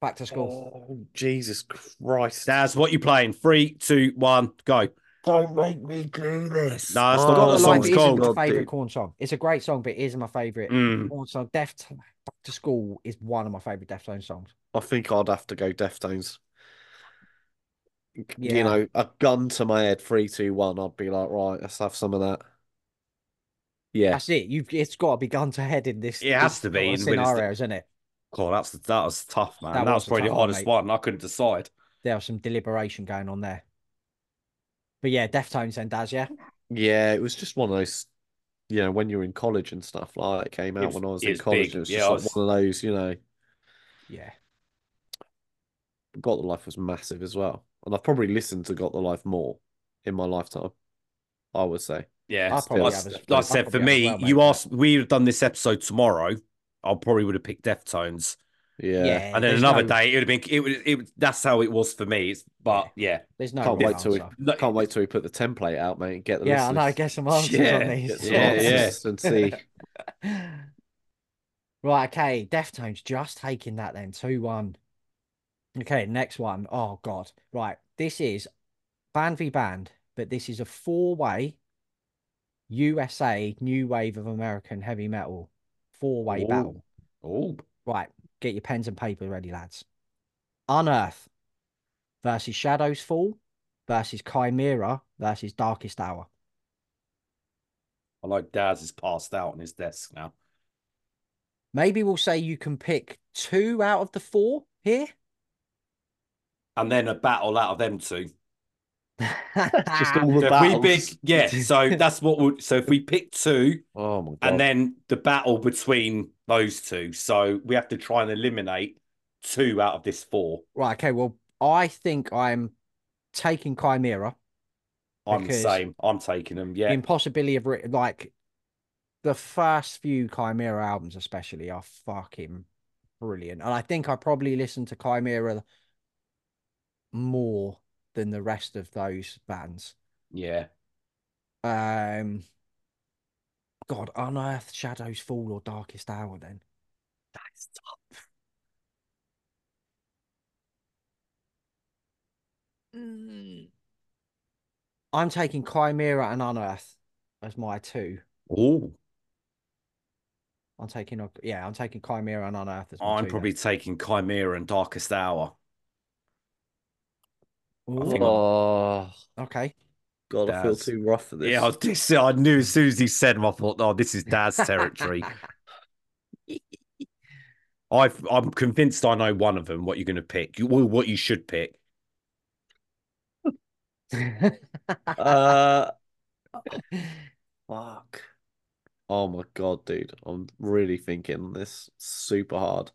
back to school. Oh, Jesus Christ. Daz, what you playing? Three, two, one, go. Don't make me do this. No, that's Got Oh, not what the Oh, the Life song's isn't called. my favorite Corn song. It's a great song, but it isn't my favorite Mm. Corn song. Deft Back to School is one of my favorite Deftones songs. I think I'd have to go Deftones. Yeah. You know, a gun to my head, three, two, one. I'd be like, right, let's have some of that. Yeah, That's it. You've it's got to be gun to head in this. It has this to be sort of in- when it's the- scenarios, isn't it? God, that's that was tough, man. That That, was was a probably the tough one, hardest mate. one. I couldn't decide. There was some deliberation going on there. But yeah, Deftones and Daz, yeah. yeah. It was just one of those, you know, when you're in college and stuff like that. It came out was- when I was it in was college. big. and It was Yeah, just I like was- one of those, you know. Yeah. Got the Life was massive as well, and I've probably listened to Got the Life more in my lifetime. I would say. Yeah, I'll s- probably like, have as- like I I'll said, for probably have as me, well, mate, you yeah. asked, we would have done this episode tomorrow. I probably would have picked Deftones, Yeah, and then there's another no- day it would have been. It would. It would- that's how it was for me. It's, but yeah, There's no can't real wait till we answer. No, can't wait till we put the template out, mate. And get the Yeah, I listeners- know. Get some answers on Yeah, these. get some Yeah, answers and see. Right, okay. Deftones just taking that then. 2 1. Okay, next one. Oh, God. Right. This is band v band, but this is a four way USA new wave of American heavy metal four way Ooh. battle. oh, Right. Get your pens and paper ready, lads. Unearth versus Shadows Fall versus Chimera versus Darkest Hour. I like Daz is passed out on his desk now. Maybe we'll say you can pick two out of the four here. And then a battle out of them two. Just all the So if we battles. pick, yeah. So that's what we'll. So if we pick two, Oh my god! and then the battle between those two. So we have to try and eliminate two out of this four. Right. Okay. Well, I think I'm taking Chimera. I'm Because- the same. I'm taking them. The Yeah. impossibility of writ- like the first few Chimera albums, especially, are fucking brilliant. And I think I probably listened to Chimera more than the rest of those bands. Yeah. Um, God, Unearth, Shadows Fall, or Darkest Hour. Then I'm taking Chimera and Unearth as my two. Oh, I'm taking, yeah, I'm taking Chimera and Unearth as my I'm two then. probably taking Chimera and Darkest Hour. Ooh, think- oh okay. god, I feel Daz. too rough for this. Yeah, I, this, I knew as soon as he said them, I thought, oh, this is Dad's territory. i I'm convinced I know one of them. What you're going to pick? You, well, what you should pick? uh, fuck. Oh my god, dude! I'm really thinking this super hard.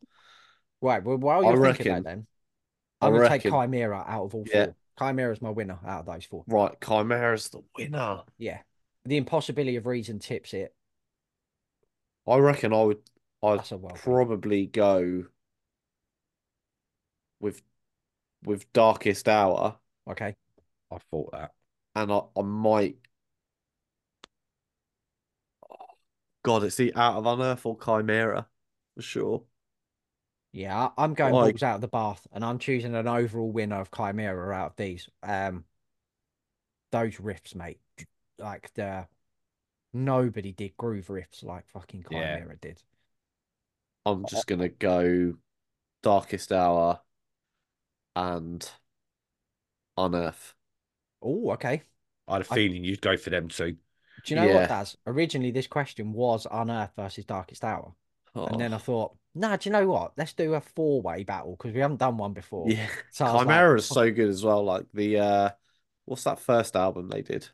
Right. Well, while I you're thinking reckon- that, then I I'm gonna take reckon- Chimera out of all Yeah. four. Chimera's my winner out of those four. Right, Chimera's the winner. Yeah. The impossibility of reason tips it. I reckon I would. I'd That's a well. probably go with with Darkest Hour, Okay. I thought that. and I, I might. God, it's the Out of Unearth or Chimera for sure. Yeah, I- I'm going Like- balls out of the bath, and I'm choosing an overall winner of Chimera out of these. Um, those riffs, mate. Like the nobody did groove riffs like fucking Yeah. Chimera did. I'm just gonna go Darkest Hour and Unearth. Oh, okay. I had a I- feeling you'd go for them too. Do you know Yeah. what, Daz? Originally, this question was Unearth versus Darkest Hour. And then I Oh, thought, nah, do you know what? Let's do a four way battle because we haven't done one before. yeah, So I was like, Chimera is so good as well. Like the uh, what's that first album they did?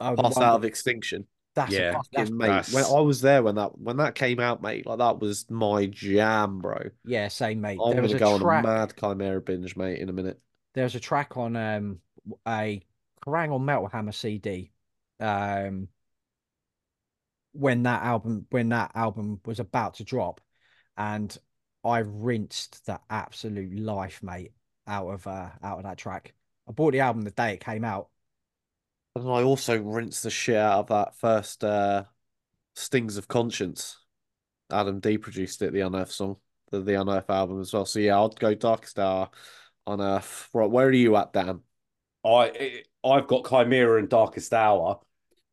oh, the Pass one Out that- of Extinction. that's a Yeah. fuck- that's- Fucking mate, when that's- I was there when that when that came out, mate, like that was my jam, bro. yeah, same mate. I'm there was gonna a go track. on a mad Chimera binge, mate, in a minute. There was a track on um a Kerrang on Metal Hammer CD. Um, when that album when that album was about to drop, and I rinsed the absolute life, mate, out of uh out of that track. I bought the album the day it came out. And I also rinsed the shit out of that first uh, Stings of Conscience. Adam D produced it, the Unearth song, the, the Unearth album as well. So yeah, I'd go Darkest Hour, Unearth. Right, where are you at, Dan? I I've got Chimera and Darkest Hour.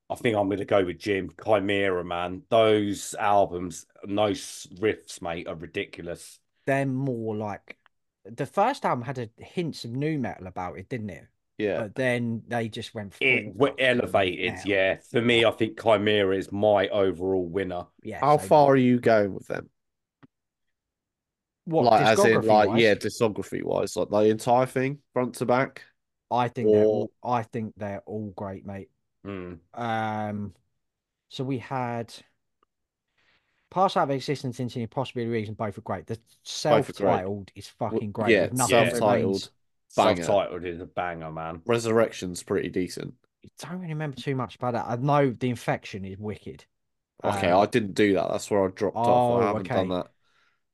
I think I'm going to go with Jim Chimera, man. Those albums, those riffs, mate, are ridiculous. They're more like the first album had a hints of new metal about it, didn't it? Yeah. But then they just went It full were fucking elevated, hell. yeah. For me, I think Chimera is my overall winner. Yeah. How same. far are you going with them? What like as in like discography-wise? yeah, discography wise, like the entire thing, front to back. I think they're Or- all, I think they're all Hmm. great, mate. Mm. Um, so we had Past Out of Existence into the Impossibility Reason, both are great. The great. self-titled is fucking great. yeah, with nothing yeah. remains. self-titled. Banger. Subtitled is a banger, man. Resurrection's pretty decent. I don't really remember too much about that. I know the infection is wicked. Okay, Um, I didn't do that. That's where I dropped off. oh, I haven't done okay. that.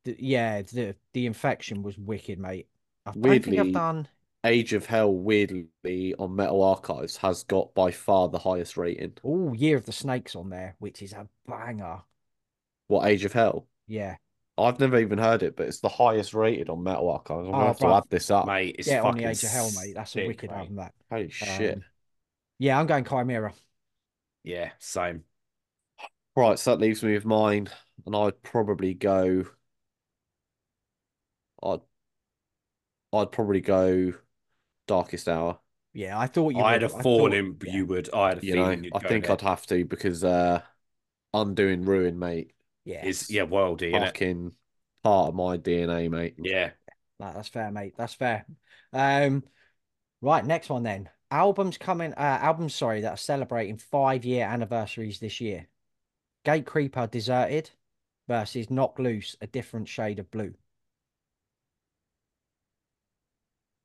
th- yeah, the the infection was wicked, mate. I don't think I've Weirdly- done. Age of Hell, weirdly, on Metal Archives has got by far the highest rating. Oh, Year of the Snakes on there, which is a banger. What Age of Hell? Yeah, I've never even heard it, but it's the highest rated on Metal Archives. I'm gonna Oh, have to bruv. add this up. Mate, it's yeah, on the fucking Age of Hell, mate. That's a sick, wicked mate. album. That. Holy shit. Um, Yeah, I'm going Chimera. Yeah, same. Right, so that leaves me with mine, and I'd probably go. I'd, I'd probably go Darkest Hour. Yeah, I thought you. I had a would. feeling thought- you would. I had a You know, feeling you'd I go think there. I'd have to because uh, Undoing Ruin, mate, Yeah, yeah. It's yeah, worldy, innit? fucking part of my DNA, mate. Yeah. No, that's fair, mate. That's fair. Um, right, next one then. Albums coming, uh, albums, sorry, that are celebrating five year anniversaries this year. Gate Creeper Deserted versus Knock Loose, a different shade of blue.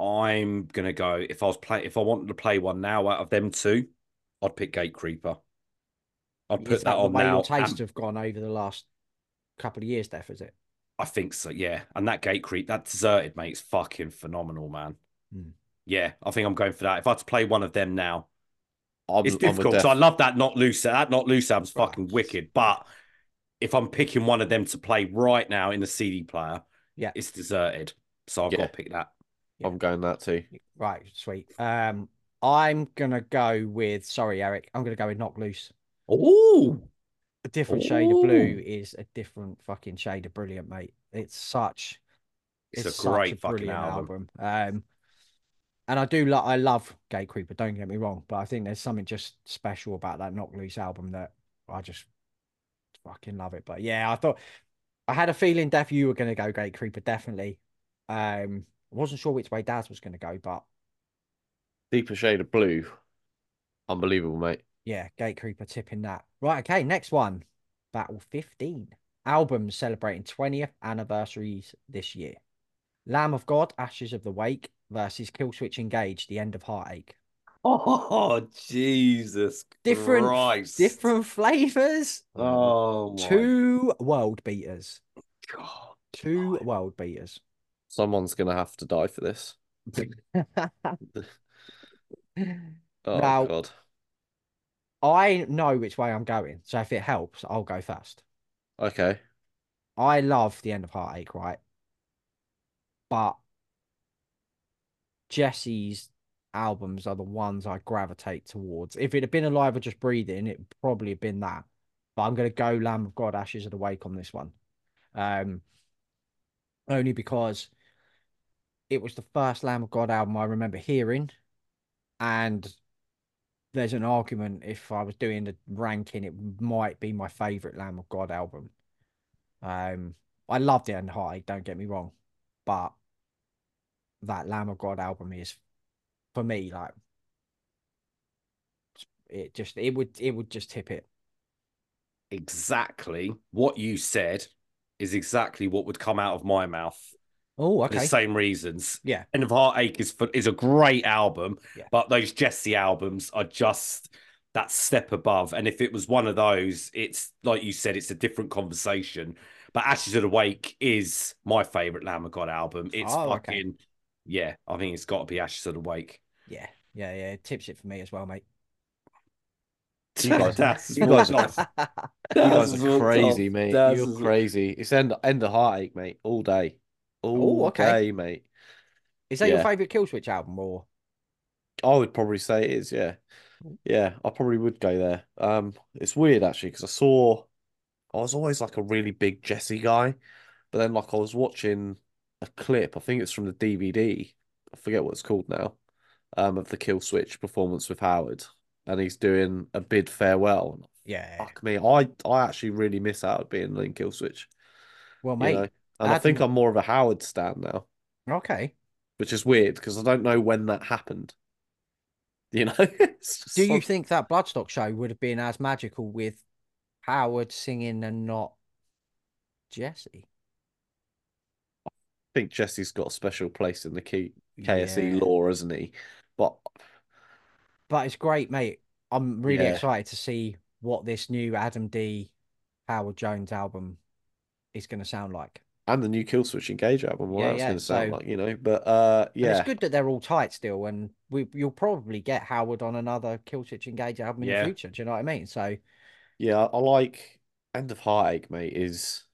I'm gonna go. If I was play, if I wanted to play one now out of them two, I'd pick Gate Creeper. I'd Is put that the on way now. your tastes and- have gone over the last couple of years, Def, is it? I think so, yeah. And that Gate Creep, that deserted mate's fucking phenomenal, man. Hmm. Yeah, I think I'm going for that. If I had to play one of them now, I'm, it's I'm a difficult. def- So I love that not loose. That not loose album's Right. fucking wicked. But if I'm picking one of them to play right now in the CD player, Yeah. it's deserted. So I've Yeah. got to pick that. I'm going that too. Right, sweet. Um, I'm gonna go with, sorry, Eric, I'm gonna go with Knock Loose. Oh, a different shade of blue Ooh. is a different fucking shade of brilliant, mate. It's such It's a such great fucking brilliant album. album. Um and I do like I love Gate Creeper, don't get me wrong, but I think there's something just special about that knock loose album that I just fucking love it. But yeah, I thought I had a feeling Def you were gonna go Gate Creeper, definitely. Um I wasn't sure which way Daz was gonna go, but Deeper shade of blue. Unbelievable, mate. Yeah, Gatekeeper tipping that. Right, okay, next one. Battle 15. Albums celebrating 20th anniversaries this year. Lamb of God, Ashes of the Wake versus Killswitch Engage, The End of Heartache. Oh Jesus Different Christ. different flavors. Oh my Two world beaters. God. Two Right. world beaters. Someone's gonna have to die for this. Oh Now- God. I know which way I'm going, so if it helps, I'll go first. Okay. I love the end of heartache, right? But Jesse's albums are the ones I gravitate towards. If it had been alive or just breathing, it'd probably have been that. But I'm gonna go Lamb of God, Ashes of the Wake on this one. Um only because it was the first Lamb of God album I remember hearing. And there's an argument if I was doing the ranking, it might be my favorite Lamb of God album. Um, I loved it and High, don't get me wrong, but that Lamb of God album is for me like it just it would it would just tip it. Exactly what you said is exactly what would come out of my mouth. Oh, for the okay. same reasons. Yeah. End of Heartache is for, is a great album, Yeah. but those Jesse albums are just that step above. And if it was one of those, it's like you said, it's a different conversation. But Ashes of the Wake is my favorite Lamb of God album. It's Oh, okay. fucking yeah. I think it's got to be Ashes of the Wake. Yeah, yeah, yeah. It tips it for me as well, mate. You guys- That's you guys fucked are- up. You guys That's are fucked crazy, up. mate. That's- You're crazy. It's end end of heartache, mate. All day. All okay. day, mate. Is that your Yeah. favorite Killswitch album or I would probably say it is, yeah. Mm. Yeah, I probably would go there. Um, it's weird actually because I saw I was always like a really big Jesse guy, but then like I was watching a clip, I think it's from the DVD, I forget what it's called now, um, of the Kill Switch performance with Howard, and he's doing a bid farewell. yeah? Fuck me, I I actually really miss out being in Kill Switch, Well, you mate, know, and I think Adam- I'm more of a Howard stan now, okay. which is weird because I don't know when that happened. You know, It's just Do you like- think that Bloodstock show would have been as magical with Howard singing and not Jesse. I think Jesse's got a special place in the key KSE E Yeah. lore, hasn't he? But But it's great, mate. I'm really Yeah. excited to see what this new Adam D. Howard Jones album is going to sound like. and the new kill switch engage album, well, Yeah, that's yeah, gonna sound so- like, you know. But uh And yeah. it's good that they're all tight still, and we you'll probably get Howard on another Kill Switch Engage album in Yeah. the future. Do you know what I mean? So Yeah, I like End of Heartache, mate, is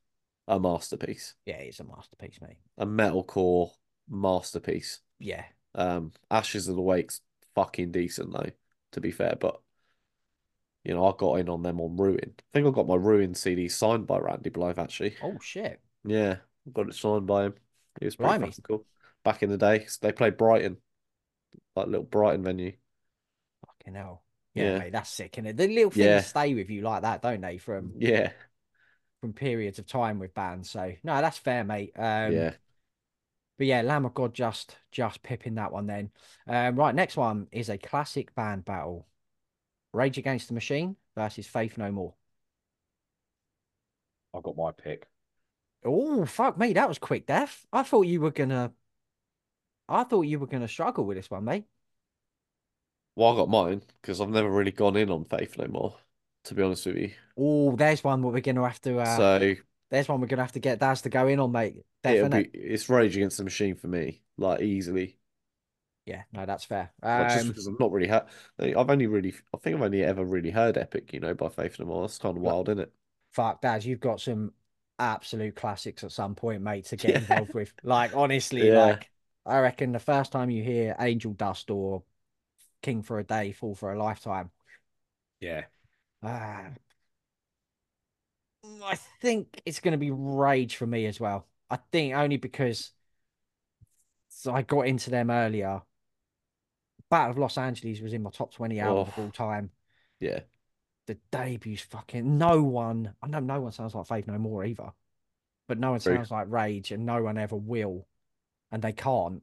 a masterpiece. yeah, it's a masterpiece, mate. A metalcore masterpiece. Yeah, Um Ashes of the Wake's fucking decent though, to be fair, but you know, I got in on them on Ruin. I think I got my Ruin CD signed by Randy Blythe actually. Oh shit. Yeah, got it signed by him. He was pretty Blimey. fucking cool. Back in the day, s- they played Brighton, like little Brighton venue. Fucking hell. Yeah, Yeah. mate, that's sick, innit? The little things Yeah. stay with you like that, don't they? From Yeah, from periods of time with bands. So no, that's fair, mate. Um yeah. but yeah, Lamb of God just just pipping that one then. Um right, next one is a classic band battle. Rage Against the Machine versus Faith No More. I got my pick. Oh fuck me, that was quick death. I thought you were gonna I thought you were gonna struggle with this one, mate. Well, I got mine because I've never really gone in on Faith no more, to be honest with you. Oh, there's one we're gonna have to uh So there's one we're gonna have to get Daz to go in on, mate. it'll Definitely. be it's Rage Against the Machine for me, like easily. Yeah, no, that's fair. Like, just Um, because I'm not really ha I've only really I think I've only ever really heard Epic, you know, by Faith no more. That's kind of Like- wild, isn't it? fuck, Daz, you've got some absolute classics at some point, mate, to get Yeah. involved with. Like, honestly, Yeah. like, I reckon the first time you hear Angel Dust or King for a Day, Fall for a Lifetime, Yeah. ah, I think it's going to be Rage for me as well. I think only because so I got into them earlier. Battle of Los Angeles was in my top 20 albums of Oh. all time. Yeah. the debut's fucking no one. I know no one sounds like Faith No More either, but no one True. sounds like Rage, and no one ever will, and they can't.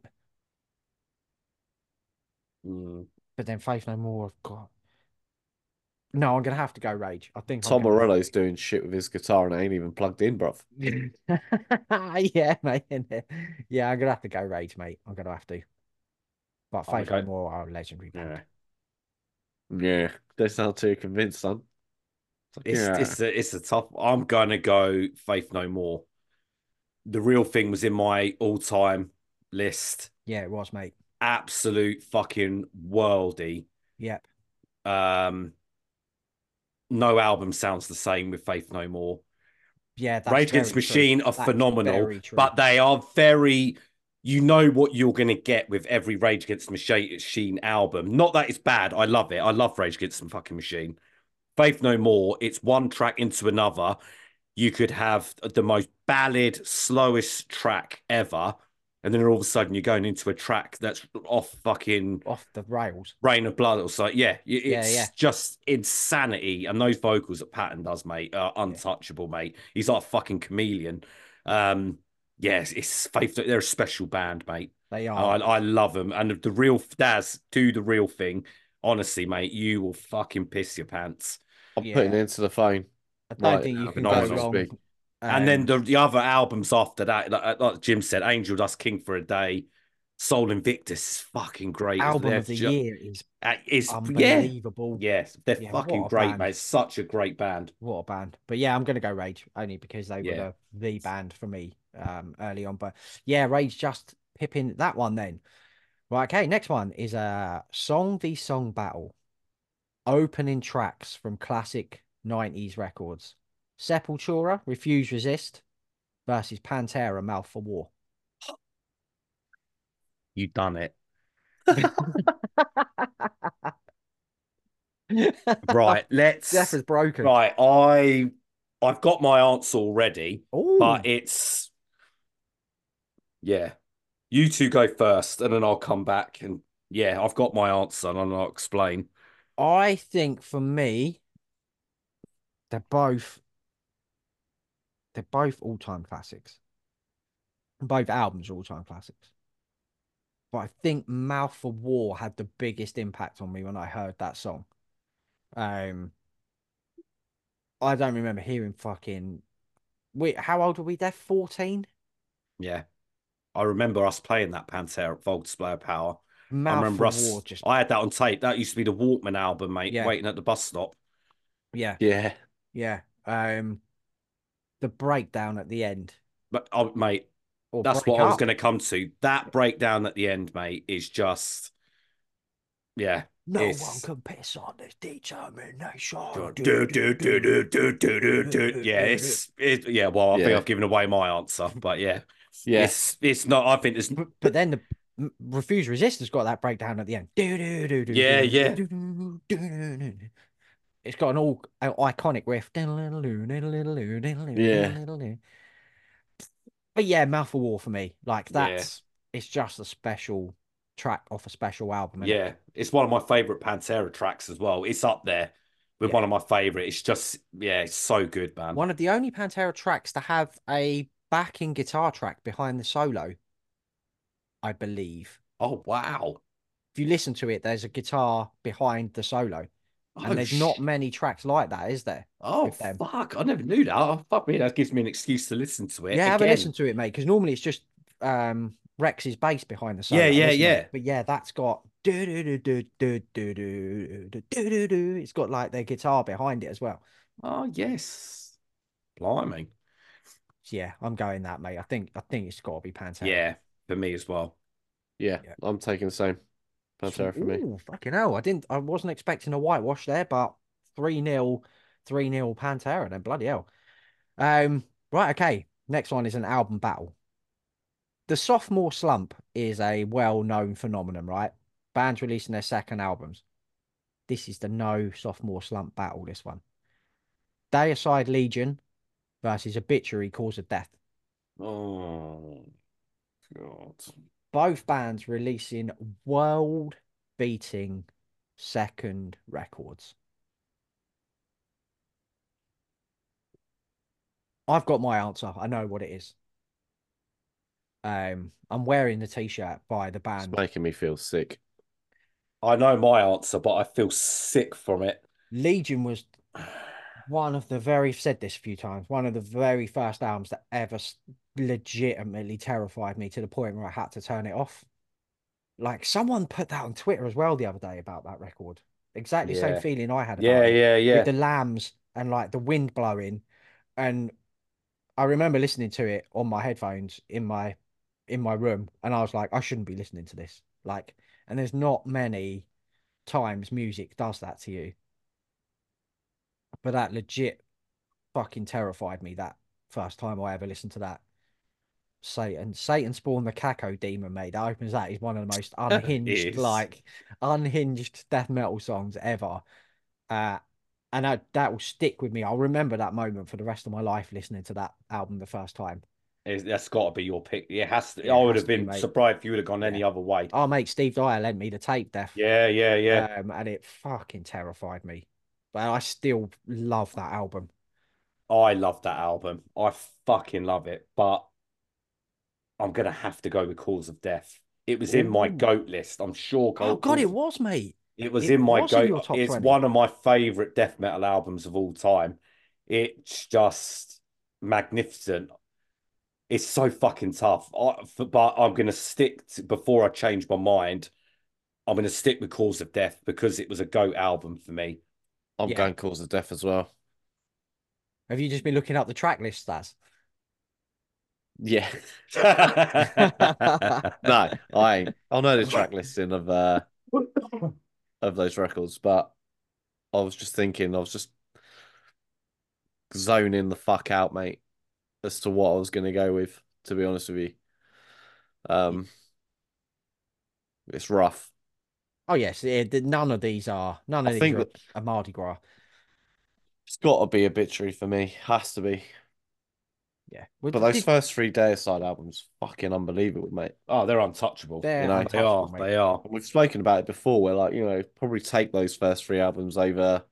Mm. But then Faith No More have got. No, I'm gonna have to go Rage. I think I'm Tom gonna Morello's doing shit with his guitar and ain't even plugged in, bruv. yeah, mate. innit? Yeah, I'm gonna have to go Rage, mate. I'm gonna have to. But I'm Faith No going- More are a legendary band. Yeah. Yeah, don't sound too convinced, son. It's like, It's yeah. it's a it's a tough. I'm gonna go Faith No More. The real thing was in my all time list. Yeah, it was, mate. Absolute fucking worldy. Yep. Um, no album sounds the same with Faith No More. Yeah, that's Rage Against very true. Machine are That is phenomenal, very true. but they are very. You know what you're going to get with every Rage Against the Machine album. Not that it's bad. I love it. I love Rage Against the fucking Machine. Faith No More. It's one track into another. You could have the most ballad, slowest track ever, and then all of a sudden you're going into a track that's off fucking off the rails. Rain of Blood. It was like, yeah, y- Yeah, it's yeah. just insanity. And those vocals that Patton does, mate, are untouchable, mate. He's like a fucking chameleon. Um, yes, it's faith. They're a special band, mate. They Oh, I, are. I love them. And the real Daz, do the real thing. Honestly, mate, you will fucking piss your pants. I'm putting yeah. it into the phone. I don't Right, think you uh, can go phenomenal. wrong. and um, then the, the other albums after that, like, like Jim said, Angel Dust King for a Day, Soul Invictus is fucking great. album They're of the ju- year is uh, It's, yeah, unbelievable. Yes, they're Yeah, fucking what a great, band. mate. Such a great band. What a band. But yeah, I'm gonna go Rage only because they Yeah. were the, the band for me um early on. But yeah, Rage just pipping that one then. Right, okay, next one is a song v song battle. Opening tracks from classic 90s records. Sepultura, Refuse Resist versus Pantera, Mouth for War. You done it. Right, let's Jeff is broken. right. I I've got my answer already, Oh, but it's yeah. You two go first and then I'll come back and yeah, I've got my answer and I'll explain. I think for me, they're both they're both all time classics. Both albums are all time classics. But I think Mouth for War had the biggest impact on me when I heard that song. Um I don't remember hearing fucking we how old were we there? 14? Yeah. I remember us playing that Pantera at Vogue Display of Power. I Mouth remember for us. War, just I had that on tape. That used to be the Walkman album, mate, Yeah. waiting at the bus stop. yeah, Yeah. yeah. Um the breakdown at the end. But oh, mate, Or that's what break I was up. going to come to. That breakdown at the end, mate, is just, yeah. No one It's- can piss on this determination. Do, do, Do, do, do, do, do, do, do, do. Yeah, it's, it, yeah. Well, I think Yeah. I've given away my answer, but yeah, Yes. it's, it's not. I think it's, But, but then the m- refuse resistance got that breakdown at the end. Do, do, do, do, Yeah, do, yeah. do, do, do, do, do. It's got an all uh, iconic riff. Yeah. But yeah, Mouth of War for me. Like Yeah. that's it's just a special track off a special album. and yeah, it's one of my favorite Pantera tracks as well. It's up there with Yeah. one of my favorite. It's just, yeah, it's so good, man. One of the only Pantera tracks to have a backing guitar track behind the solo, I believe. Oh wow! If you listen to it, there's a guitar behind the solo. And oh, there's not sh- many tracks like that, is there? Oh with them. fuck! I never knew that. Oh, fuck me, that gives me an excuse to listen to it. Yeah, have a again. listen to it, mate, because normally it's just um Rex's bass behind the solo. Yeah, yeah, isn't it? yeah. But yeah, that's got do do do do do do do do do do. It's got like their guitar behind it as well. Oh yes, blimey. So yeah, I'm going that, mate. I think I think it's got to be Pantera. Yeah, for me as well. Yeah. Yeah. I'm taking the same. Pantera for me. Ooh, fucking hell! I didn't. I wasn't expecting a whitewash there, but three 0 three 0 Pantera. Then bloody hell. Um. Right. Okay. Next one is an album battle. The sophomore slump is a well-known phenomenon, right? Bands releasing their second albums. This is the no sophomore slump battle. This one. Deicide Legion versus Obituary Cause of Death. Oh god. Both bands releasing world-beating second records. I've got my answer. I know what it is. Um, I'm wearing the t-shirt by the It's band making me feel sick. I know my answer, but I feel sick from it. Legion was one of the very I've said this a few times, one of the very first albums that ever s- legitimately terrified me to the point where I had to turn it off. Like someone put that on Twitter as well the other day about that record. Exactly the same Yeah. feeling I had about Yeah, it. yeah, yeah. with the lambs and like the wind blowing and i remember listening to it on my headphones in my in my room and i was like i shouldn't be listening to this like and there's not many times music does that to you but that legit fucking terrified me that first time i ever listened to that satan satan spawn the caco demon mate that opens that is one of the most unhinged is. like unhinged death metal songs ever uh and I, that will stick with me i'll remember that moment for the rest of my life listening to that album the first time It's- that's got to be your pick. It has to. Yeah, I it would has to have be, been mate. surprised if you would have gone any other way. oh mate steve dyer lent me the tape def Yeah, yeah, yeah. um and it fucking terrified me but i still love that album I love that album. I fucking love it. But I'm gonna have to go with Cause of Death. It was in my Ooh. goat list. I'm sure. oh Cause- god it Cause- was mate It was It in my was in go. your top It's 20. one of my favorite death metal albums of all time. It's just magnificent. It's so fucking tough. I, f- but I'm gonna stick to, before I change my mind. I'm gonna stick with Cause of Death because it was a goat album for me. I'm Yeah. going cause of death as well. have you just been looking up the track list Stas? Yeah. No, I ain't. I'll know the track listing of uh of those records, but I was just thinking, I was just zoning the fuck out, mate, as to what I was gonna go with, to be honest with you. Um it's rough. oh yes it, th- none of these are none of I these think are that- a mardi gras It's gotta be obituary for me. Has to be. yeah Well, But those did- first three Deicide albums, fucking unthievable, mate. Oh, they're untouchable. They're you know, They are. untouchable, mate. They are. And We've spoken about it before, where like, you know, probably take those first three albums over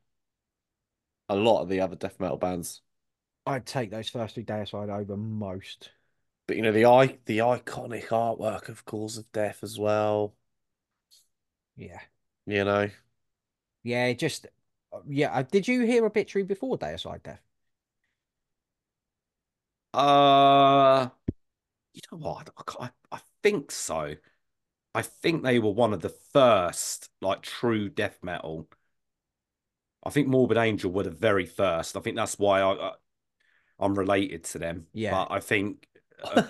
a lot of the other death metal bands. i'd take those first two deicide over most But you know, the i the iconic artwork of Cause of Death as well, yeah you know. Yeah, it just uh, yeah. uh, Did you hear obituary before Deicide Death? Uh, you know what? I, ca- I, I think so. I think they were one of the first like true death metal. I think Morbid Angel were the very first. I think that's why I, I I'm related to them. Yeah. but I think uh,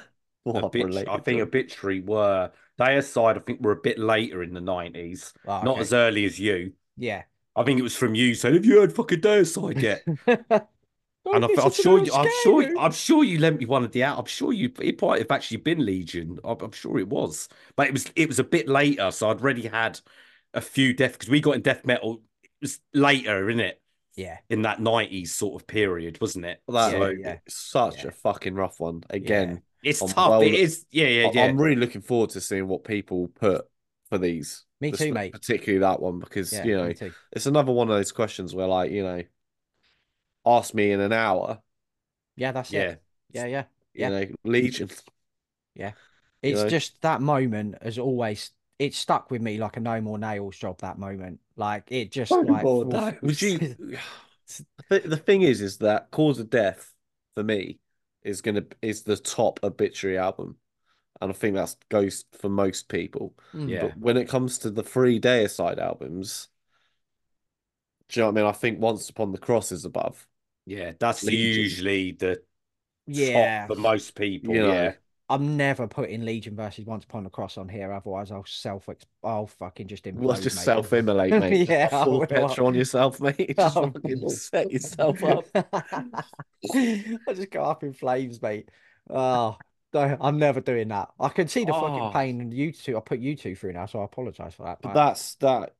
What Obit- related I to think it? obituary were their side. I think were a bit later in the nineties, Oh, not okay. as early as you. yeah. I think it was from you saying, "Have you heard fucking Deicide yet?" Oh, and I, am sure, you, I'm sure, I'm sure you lent me one of the out. I'm sure you it might have actually been Legion. I'm, I'm sure it was, but it was it was a bit later. So I'd already had a few death because we got in death metal. It was later, in it, yeah, in that nineties sort of period, wasn't it? Well, that Yeah, so like, yeah. it's such Yeah. a fucking rough one. Again, it's I'm tough. well- it is, yeah, yeah, I- yeah. I'm really looking forward to seeing what people put for these. me This- too, mate. Particularly that one because Yeah, you know me too. it's another one of those questions where like you know, ask me in an hour. Yeah, that's yeah. it. Yeah, yeah. You know, Legion. you It's know? just that moment as always. It stuck with me like a no more nails job. That moment, like it just like Would you? The, the thing is, is that Cause of Death for me is gonna is the top obituary album, and I think that's goes for most people. Mm. Yeah. But when it comes to the three Deicide albums, do you know what I mean? I think Once Upon the Cross is above. Yeah, that's Legion. usually the Yeah, top for most people. You know, Yeah, I'm never putting Legion versus Once Upon a Cross on here. Otherwise, I'll self. ex- I'll fucking just implode. well, just mate. self-immolate, mate. Yeah, I Full will. petrol on yourself, mate. Just Oh, fucking no. set yourself up. I just go up in flames, mate. Oh, no, I'm never doing that. I can see the fucking Oh. pain you two. I put you two through now, so I apologize for that. But but- that's that.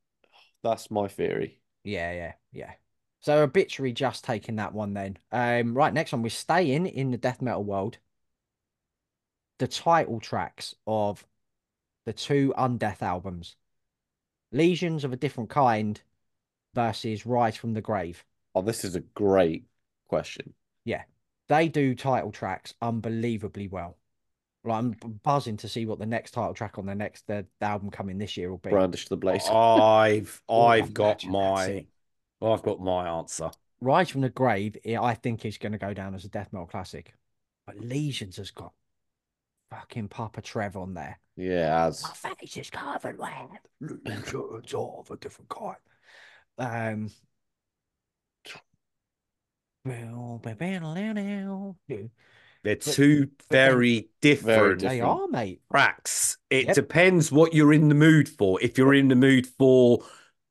That's my theory. Yeah, yeah, yeah. So obituary just taking that one then. Um, right, next one. We're staying in the death metal world. The title tracks of the two Undeath albums, Lesions of a Different Kind versus Rise from the Grave. Oh, this is a great question. They do title tracks unbelievably well. Like I'm b- buzzing to see what the next title track on the next the album coming this year will be. Brandish the blaze. I've Oh, I've got imagine that's my it. I've got my answer. Rise from the Grave, i- I think is going to go down as a death metal classic. But Lesions has got fucking Papa Trev on there. Yeah, as My face is covered with lesions of a different kind. Um. They're two they're very different. different They are, mate. tracks. It Yep. depends what you're in the mood for. If you're in the mood for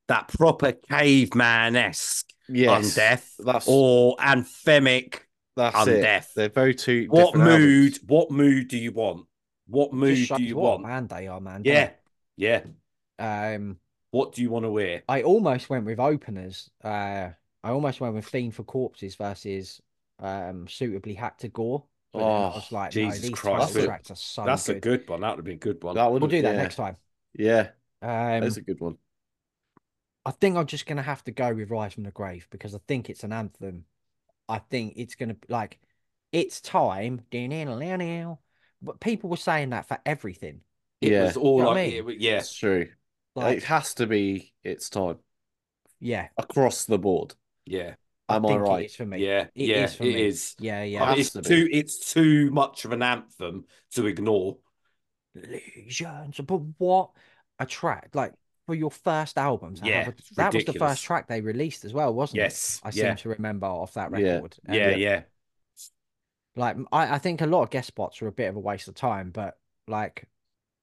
that proper caveman esque yes, undeath That's or anthemic that's it. undeath, They're very two. what different mood? albums. What mood do you want? What Just mood shows do you what a want? man they are, man. Yeah, doesn't yeah. it? Um. What do you want to wear? I almost went with openers. Uh. I almost went with Fiend for Corpses versus um suitably hacked to gore. But then I Oh, was like, Jesus no, these Christ, title that's a- tracks are so That's good. a good one. That would be a good one. That would We'll do that yeah, next time. Yeah, Um, that's a good one. I think I'm just gonna have to go with Rise from the Grave because I think it's an anthem. I think it's gonna be like it's time. But people were saying that for everything. It yeah, was all You know what I like, mean? it was- yeah, it's true. it Like, has to be. It's time yeah, across the board. yeah, I Am I think right? it is for me. yeah, It yeah. is for it me. is. Yeah, I yeah. mean, Has it's to be. too. It's too much of an anthem to ignore. Lesions. But what a track! Like for your first album to have Yeah, a, it's that was the ridiculous. first track they released as well, wasn't it? Yes, I yeah, seem to remember off that Yeah, record. And yeah, yeah. Like m- I, I think a lot of guest spots are a bit of a waste of time, but like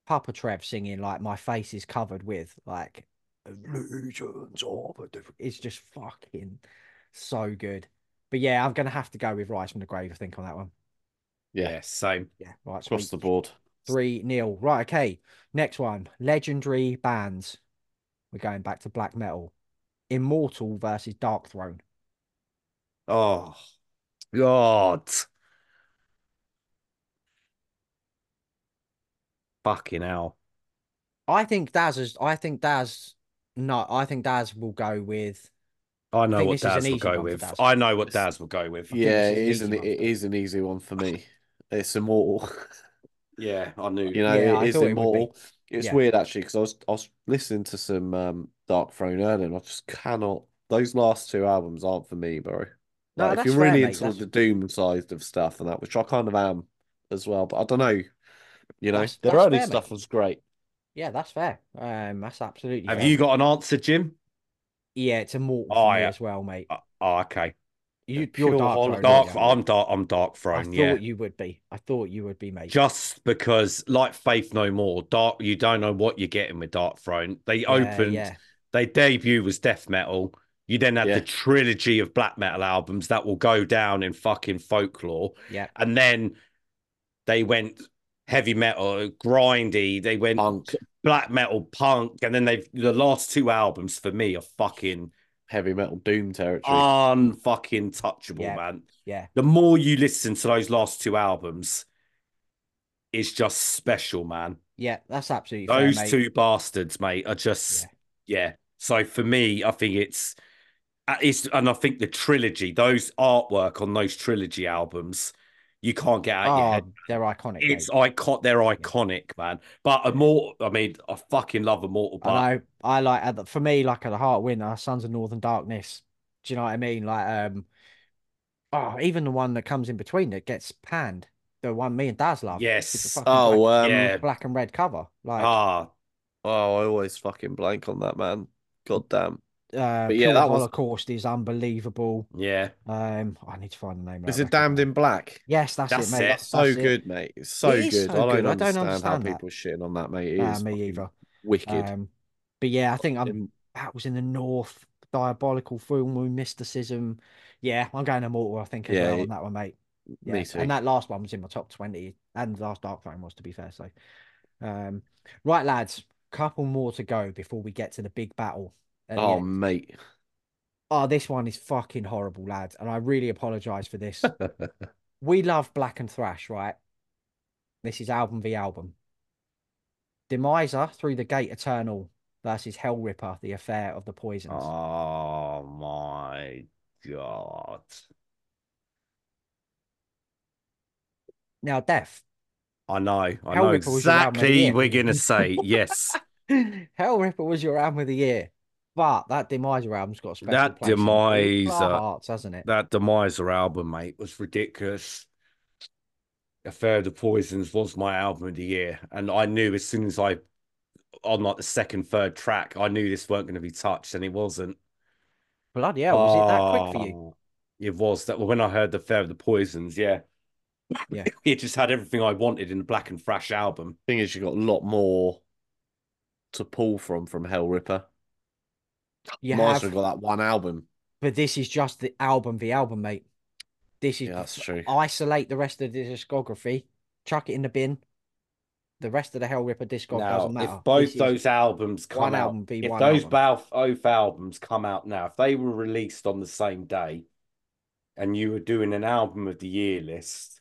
Papa Trev singing like my face is covered with like illusions of a different it's just fucking so good. But yeah, I'm gonna have to go with Rise from the Grave, I think, on that one. Yeah. Yeah, same. Yeah, right. Across Sweet. the board. Three nil. Right, okay. Next one. Legendary bands. We're going back to black metal. Immortal versus Dark Throne. Oh, God. Fucking hell. I think Daz is I think Daz no, I think Daz will go with I I know think what this is an Daz will easy go one for with. Daz. I know what This- Daz will go with. think Yeah, this it is is an an easy one it for me. is an easy one for me. It's immortal. Yeah, I knew. You know, Yeah, I it is thought it would be. immortal. It's Yeah. weird actually because I was I was listening to some um Dark Throne earlier, and I just cannot. Those last two albums aren't for me, bro. No, Like, if that's you're fair, really mate, into that's- the doom side of stuff and that, which I kind of am as well, but I don't know. You know, That's- their that's early fair, mate. stuff was great. Yeah, that's fair. Um, that's absolutely. Have fair. you got an answer, Jim? Yeah, it's immortal Oh, for me yeah. as well, mate. Uh, Oh, okay. You, pure you're dark. hol- Throne, Dark. aren't you? I'm dark. I'm dark I throne. thought Yeah. you would be. I thought you would be, mate. Just because, like Faith No More, Dark. You don't know what you're getting with Dark Throne. They Yeah, opened. yeah. Their debut was death metal. You then had Yeah. the trilogy of black metal albums that will go down in fucking folklore. Yeah. And then they went heavy metal, grindy. They went Punk, black metal, punk, and then they've the last two albums for me are fucking heavy metal, doom territory. Oh, unfucking touchable, Yeah. man. Yeah. The more you listen to those last two albums, it's just special, man. Yeah, that's absolutely fair, Those mate. two bastards, mate, are just yeah. So for me, I think it's uh, it's and I think the trilogy, those artwork on those trilogy albums, you can't get out of your Oh, head. they're iconic. It's mate. icon they're iconic, man. But immortal I mean, I fucking love immortal but I know. I like at the- for me, like at the heart winner, Sons of Northern Darkness. Do you know what I mean? Like, um, oh, even the one that comes in between that gets panned, the one me and Daz love. with the Yes. fucking Oh, black, um, yeah. black and red cover. Like, Ah, oh, I always fucking blank on that man. God damn. uh, but yeah, Pure that was- Holocaust is unbelievable. yeah. Um, I need to find the name. of Is it that record, damned mate. in black? Yes, that's That's it, it. mate. That's so That's it. good, mate. It's so It is good. so I don't good. I don't understand, how understand that. people shitting on that, mate. It Nah, is me fucking either. wicked. Um, but yeah, I think I'm Um, that was in the north. Diabolical full moon mysticism. Yeah, I'm going immortal. I think as Yeah, well it- on that one, mate. Yeah, me too. and that last one was in my top twenty, and the last Dark Throne was to be fair. So, um, right, lads, couple more to go before we get to the big battle. at the Oh, end. mate. oh, this one is fucking horrible, lads, and I really apologize for this. we love Black and Thrash, right? This is album v album. Demiser through the gate eternal versus Hell Ripper, the affair of the poisons. Oh my god. Now, death. I know. I Hell know Ripper was your album of the exactly year. we're gonna say yes. Hell Ripper was your album of the year, but that Demiser album's got a special That place in all our Demiser- hearts, hasn't it? that Demiser album, mate, was ridiculous. Affair of the Poisons was my album of the year. And I knew as soon as I on like the second, third track, I knew this weren't gonna be touched, and it wasn't. Bloody hell, was it that quick for you? Oh, It was that when I heard the Fair of the Poisons, yeah. Yeah. It just had everything I wanted in the Black and Thrash album. Thing is, you got a lot more to pull from from Hell Ripper. Ah, You Mine's have, got that one album. but this is just the album v album, mate. This is Yeah, that's true. isolate the rest of the discography, chuck it in the bin. The rest of the Hell Ripper discog doesn't now, matter. if both This is those albums come one out, album be if one those album. both both albums come out now, if they were released on the same day, and you were doing an album of the year list,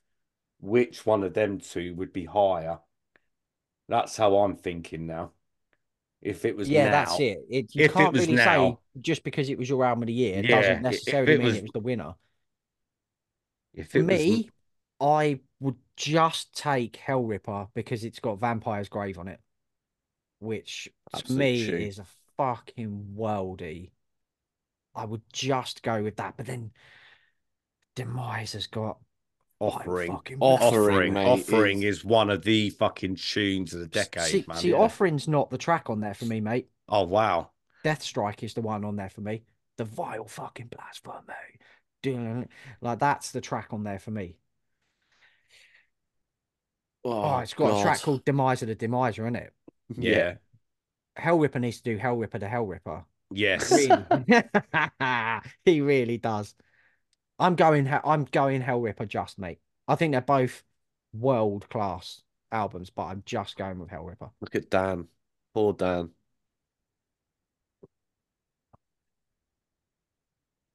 which one of them two would be higher? That's how I'm thinking now. If it was yeah, now, that's it. it you If it can't was really now- say just because it was your album of the year, it Yeah, i- doesn't if necessarily it mean was- it was the winner. If For it was me, I would just take Hell Ripper because it's got Vampire's Grave on it, which to Absolute me tune. is a fucking worldie. I would just go with that, but then Demise has got offering, fucking Offering, offering, offering, mate, is... one of the fucking tunes of the decade, see, man. see yeah. offering's not the track on there for me, mate. Oh wow, Death Strike is the one on there for me. The vile fucking blasphemy. Doing like that's the track on there for me. Oh, it's got a track God. called Demise of the Demiser, isn't it? yeah, Hell Ripper needs to do Hell Ripper to Hell Ripper. yes, Really. he really does. I'm going. He- I'm going Hell Ripper just mate. I think they're both world class albums, but I'm just going with Hell Ripper. Look at Dan. Poor Dan.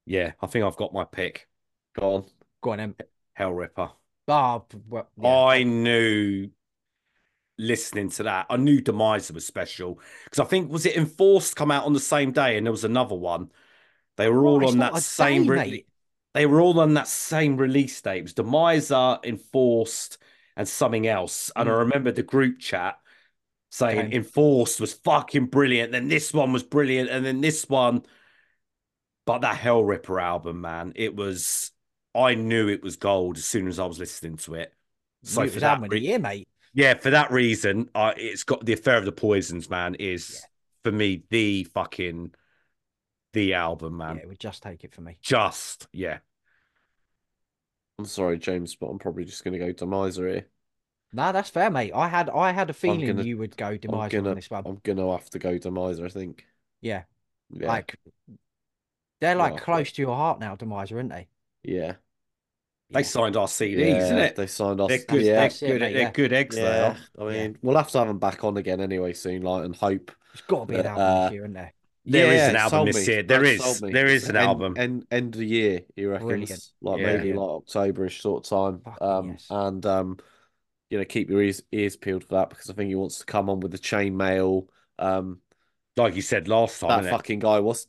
yeah. I think I've got my pick. Gone. Go on, then. Hell Ripper. Oh, p- well, yeah. I knew listening to that, I knew Demiser was special because I think was it Enforced come out on the same day, and there was another one. They were all It's on not that a same. day, re- mate. They were all on that same release date. It was Demiser, Enforced, and something else. And I remember the group chat saying Mm. Okay. Enforced was fucking brilliant. Then this one was brilliant, and then this one. But that Hell Ripper album, man, it was. I knew it was gold as soon as I was listening to it. So it for was that, album of re- the year, mate. yeah, for that reason, I it's got the affair of the poisons, man. Is for me the fucking the album, man. Um, yeah, it would just take it for me. Just yeah, I'm sorry, James, but I'm probably just going to go to Miser here. No, that's fair, mate. I had I had a feeling gonna- you would go demise gonna- on this one. I'm going to have to go to Miser, I think. yeah, Yeah. Oh, like they're like Yeah, I thought- close to your heart now, demise, aren't they? yeah. they Yeah. signed our CDs, yeah, isn't it? They signed us. They're good. yeah. They're That's it, good. mate, they're yeah. good eggs. They yeah. are. I mean, we'll have to have them back on again anyway soon, like, and hope. It's got to be an Yeah, album uh, this year, isn't there? There is Yeah, an it album sold this me. year. There That is. sold me. There is an end, album. End end of the year, he reckons. Brilliant. Like Yeah. maybe like Octoberish sort of time. Fucking um yes. and um you know, keep your ears ears peeled for that because I think he wants to come on with the chainmail. Um like you said last time. that innit? fucking guy was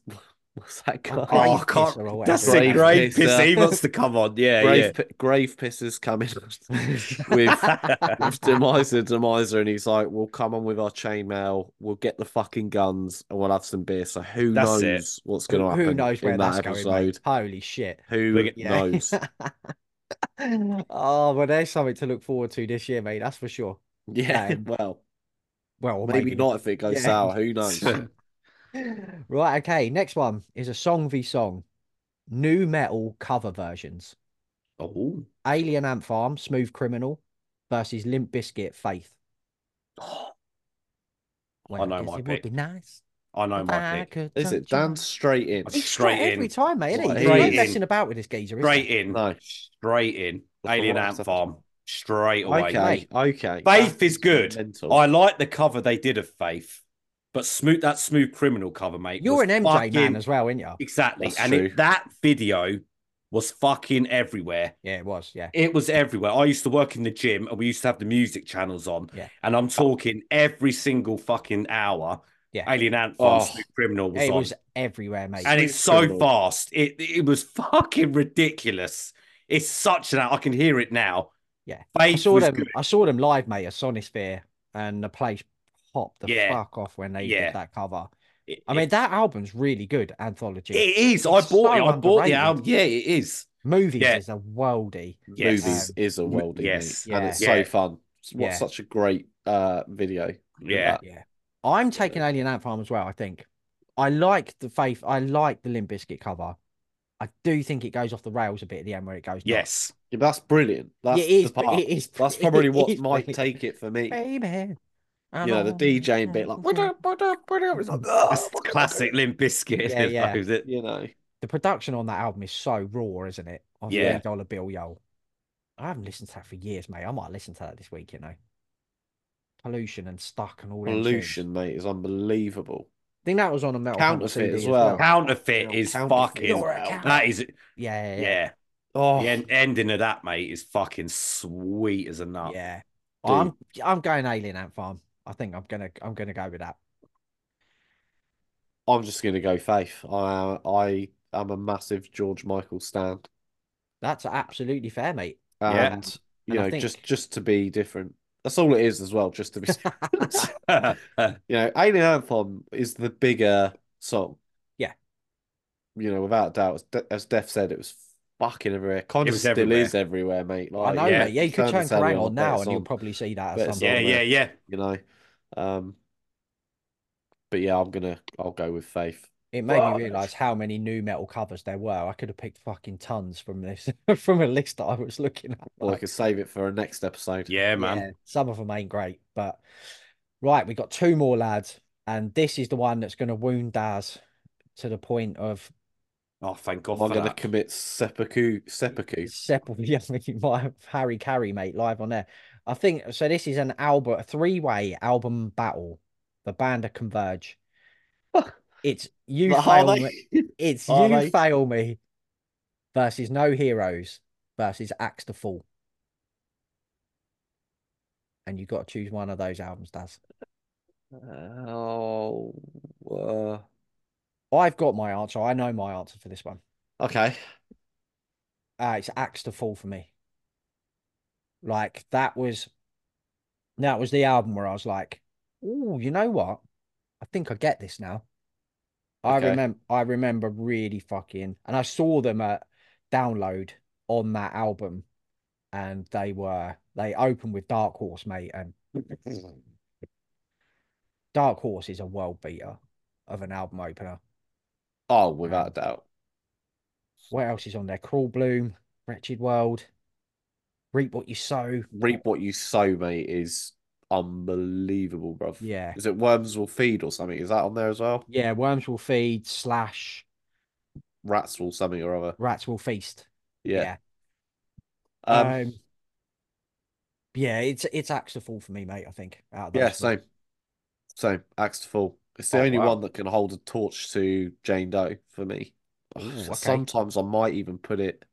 what's that guy? Grave Oh, I can't- Pisser or That's whatever. a Grave great pisser. piss. He wants to come on. Yeah, grave Pi- grave pissers coming yeah. with with Demiser, Demiser, and he's like, "We'll come on with our chainmail. We'll get the fucking guns, and we'll have some beer." So who That's knows it. what's going to Who, happen who knows where in that's that going, mate? episode? Holy shit. Who We're get- Yeah. knows? oh, well, there's something to look forward to this year, mate. That's for sure. Yeah, Um, well, Oh Well, or maybe not if it goes Yeah. sour. Who knows? Right, okay. Next one is a song v song. New metal cover versions. oh, Alien Ant Farm, Smooth Criminal versus Limp Biscuit Faith. Well, know guess my it would pick. be nice. I know if my I pick. could Is it touch your- Dan straight in? He's Straight straight every in. time, mate, isn't What he? he He's not is. messing about with this geezer, is he? Straight in. No. Straight in. That's Alien all Ant right. Farm. Straight away. Okay, okay. Faith That's is good. mental. I like the cover they did of Faith, but smooth that smooth criminal cover, mate. You're was an MJ fucking- man as well, aren't you? Exactly. That's and it- true. that video was fucking everywhere. Yeah, it was. Yeah. It was everywhere. I used to work in the gym and we used to have the music channels on. Yeah. And I'm talking every single fucking hour. Yeah. Alien Ant Oh. Farm, Smooth Criminal was It on. was everywhere, mate. and it's so Smooth Criminal. fast. It it was fucking ridiculous. It's such an I can hear it now. Yeah. I Faith saw was them. good. I saw them live, mate, at Sonosphere, and the place popped the Yeah. fuck off when they Yeah. did that cover. It- I it- mean, that album's really good. Anthology it is. I it's bought it. so I bought the underrated. album. Yeah, it is. movies yeah. is a worldie. Yes. Movies is a m- worldie. Yes, yes. and it's Yeah. so fun. It's- What Yeah. such a great uh video. Yeah. I'm taking Alien Ant Farm as well. I think I like the faith. I like the Limp Bizkit cover. I do think it goes off the rails a bit at the end where it goes. nuts. Yes. Yeah, that's brilliant. That's it is. the part. It is. That's probably it what is might brilliant. take it for me. Baby, I'm You know, the on DJ and bit like, top. it's like, That's the classic Limp Bizkit. Yeah, yeah. Like, is it- you know, the production on that album is so raw, isn't it? On the Yeah. eight dollar bill, yo. I haven't listened to that for years, mate. I might listen to that this week, you know. Pollution and stuck and all them tunes. pollution, mate, is unbelievable. I think that was on a metal Hammer Counterfeit CD as well. Counterfeit is Counterfeit. fucking. You're a cow. That is Yeah, yeah, yeah. yeah. Oh, The en- ending of that, mate, is fucking sweet as a nut. Yeah. I'm I'm going Alien Ant Farm. I think I'm gonna I'm gonna go with that. I'm just gonna go Faith. I I am a massive George Michael stan, That's absolutely fair, mate. Um, Yeah. and you And I know, think- just just to be different. That's all it is as well. Just to be, Yeah. you know, Alien Anthem is the bigger song. Yeah. you know, without a doubt, as De- as Def said, it was fucking everywhere. Kind It of was still everywhere. is everywhere, mate. I Like, know, yeah, mate. Yeah, you could the turn telly Kerrang on but now it's and you'll on. probably see that But at it's some on yeah, point. there. yeah, yeah. you know. Um, but yeah, I'm gonna I'll go with Faith. It made Well- me realize how many new metal covers there were. I could have picked fucking tons from this from a list that I was looking at. Well, I like, could save it for a next episode. Yeah, man. yeah, some of them ain't great, but right, we got two more lads, and this is the one that's going to wound Daz to the point of Oh, thank God Am for I gonna that. commit seppuku? Seppuku. Sepul, yeah, you might have Harry Carey, mate, live on there. I think so. This is an album, a three-way album battle. The band are converge. It's you Like, fail are me. they- It's Are you they? fail me versus no heroes versus axe to fall. And you got to choose one of those albums, Daz. Oh, uh, I've got my answer. I know my answer for this one. okay. Uh, it's axe to fall for me. Like that was, that was the album where I was like, "Oh, you know what? I think I get this now. I Okay. remember I remember really fucking and I saw them at download on that album and they were they opened with Dark Horse, mate, and Dark Horse is a world beater of an album opener. Oh, without a doubt. What else is on there? Cruel Bloom, Wretched World, Reap What You Sow. Reap what you sow, mate, is unbelievable, bruv. Yeah. Is it Worms Will Feed or something? Is that on there as well? Yeah, Worms Will Feed slash Rats Will something or other. Rats Will Feast. Yeah. Um, Um, yeah, it's it's axe to fall for me, mate, I think. Out of those yeah, three. same. Same. Axe to fall. It's the Oh, only wow. one that can hold a torch to Jane Doe for me. Ooh, okay. Sometimes I might even put it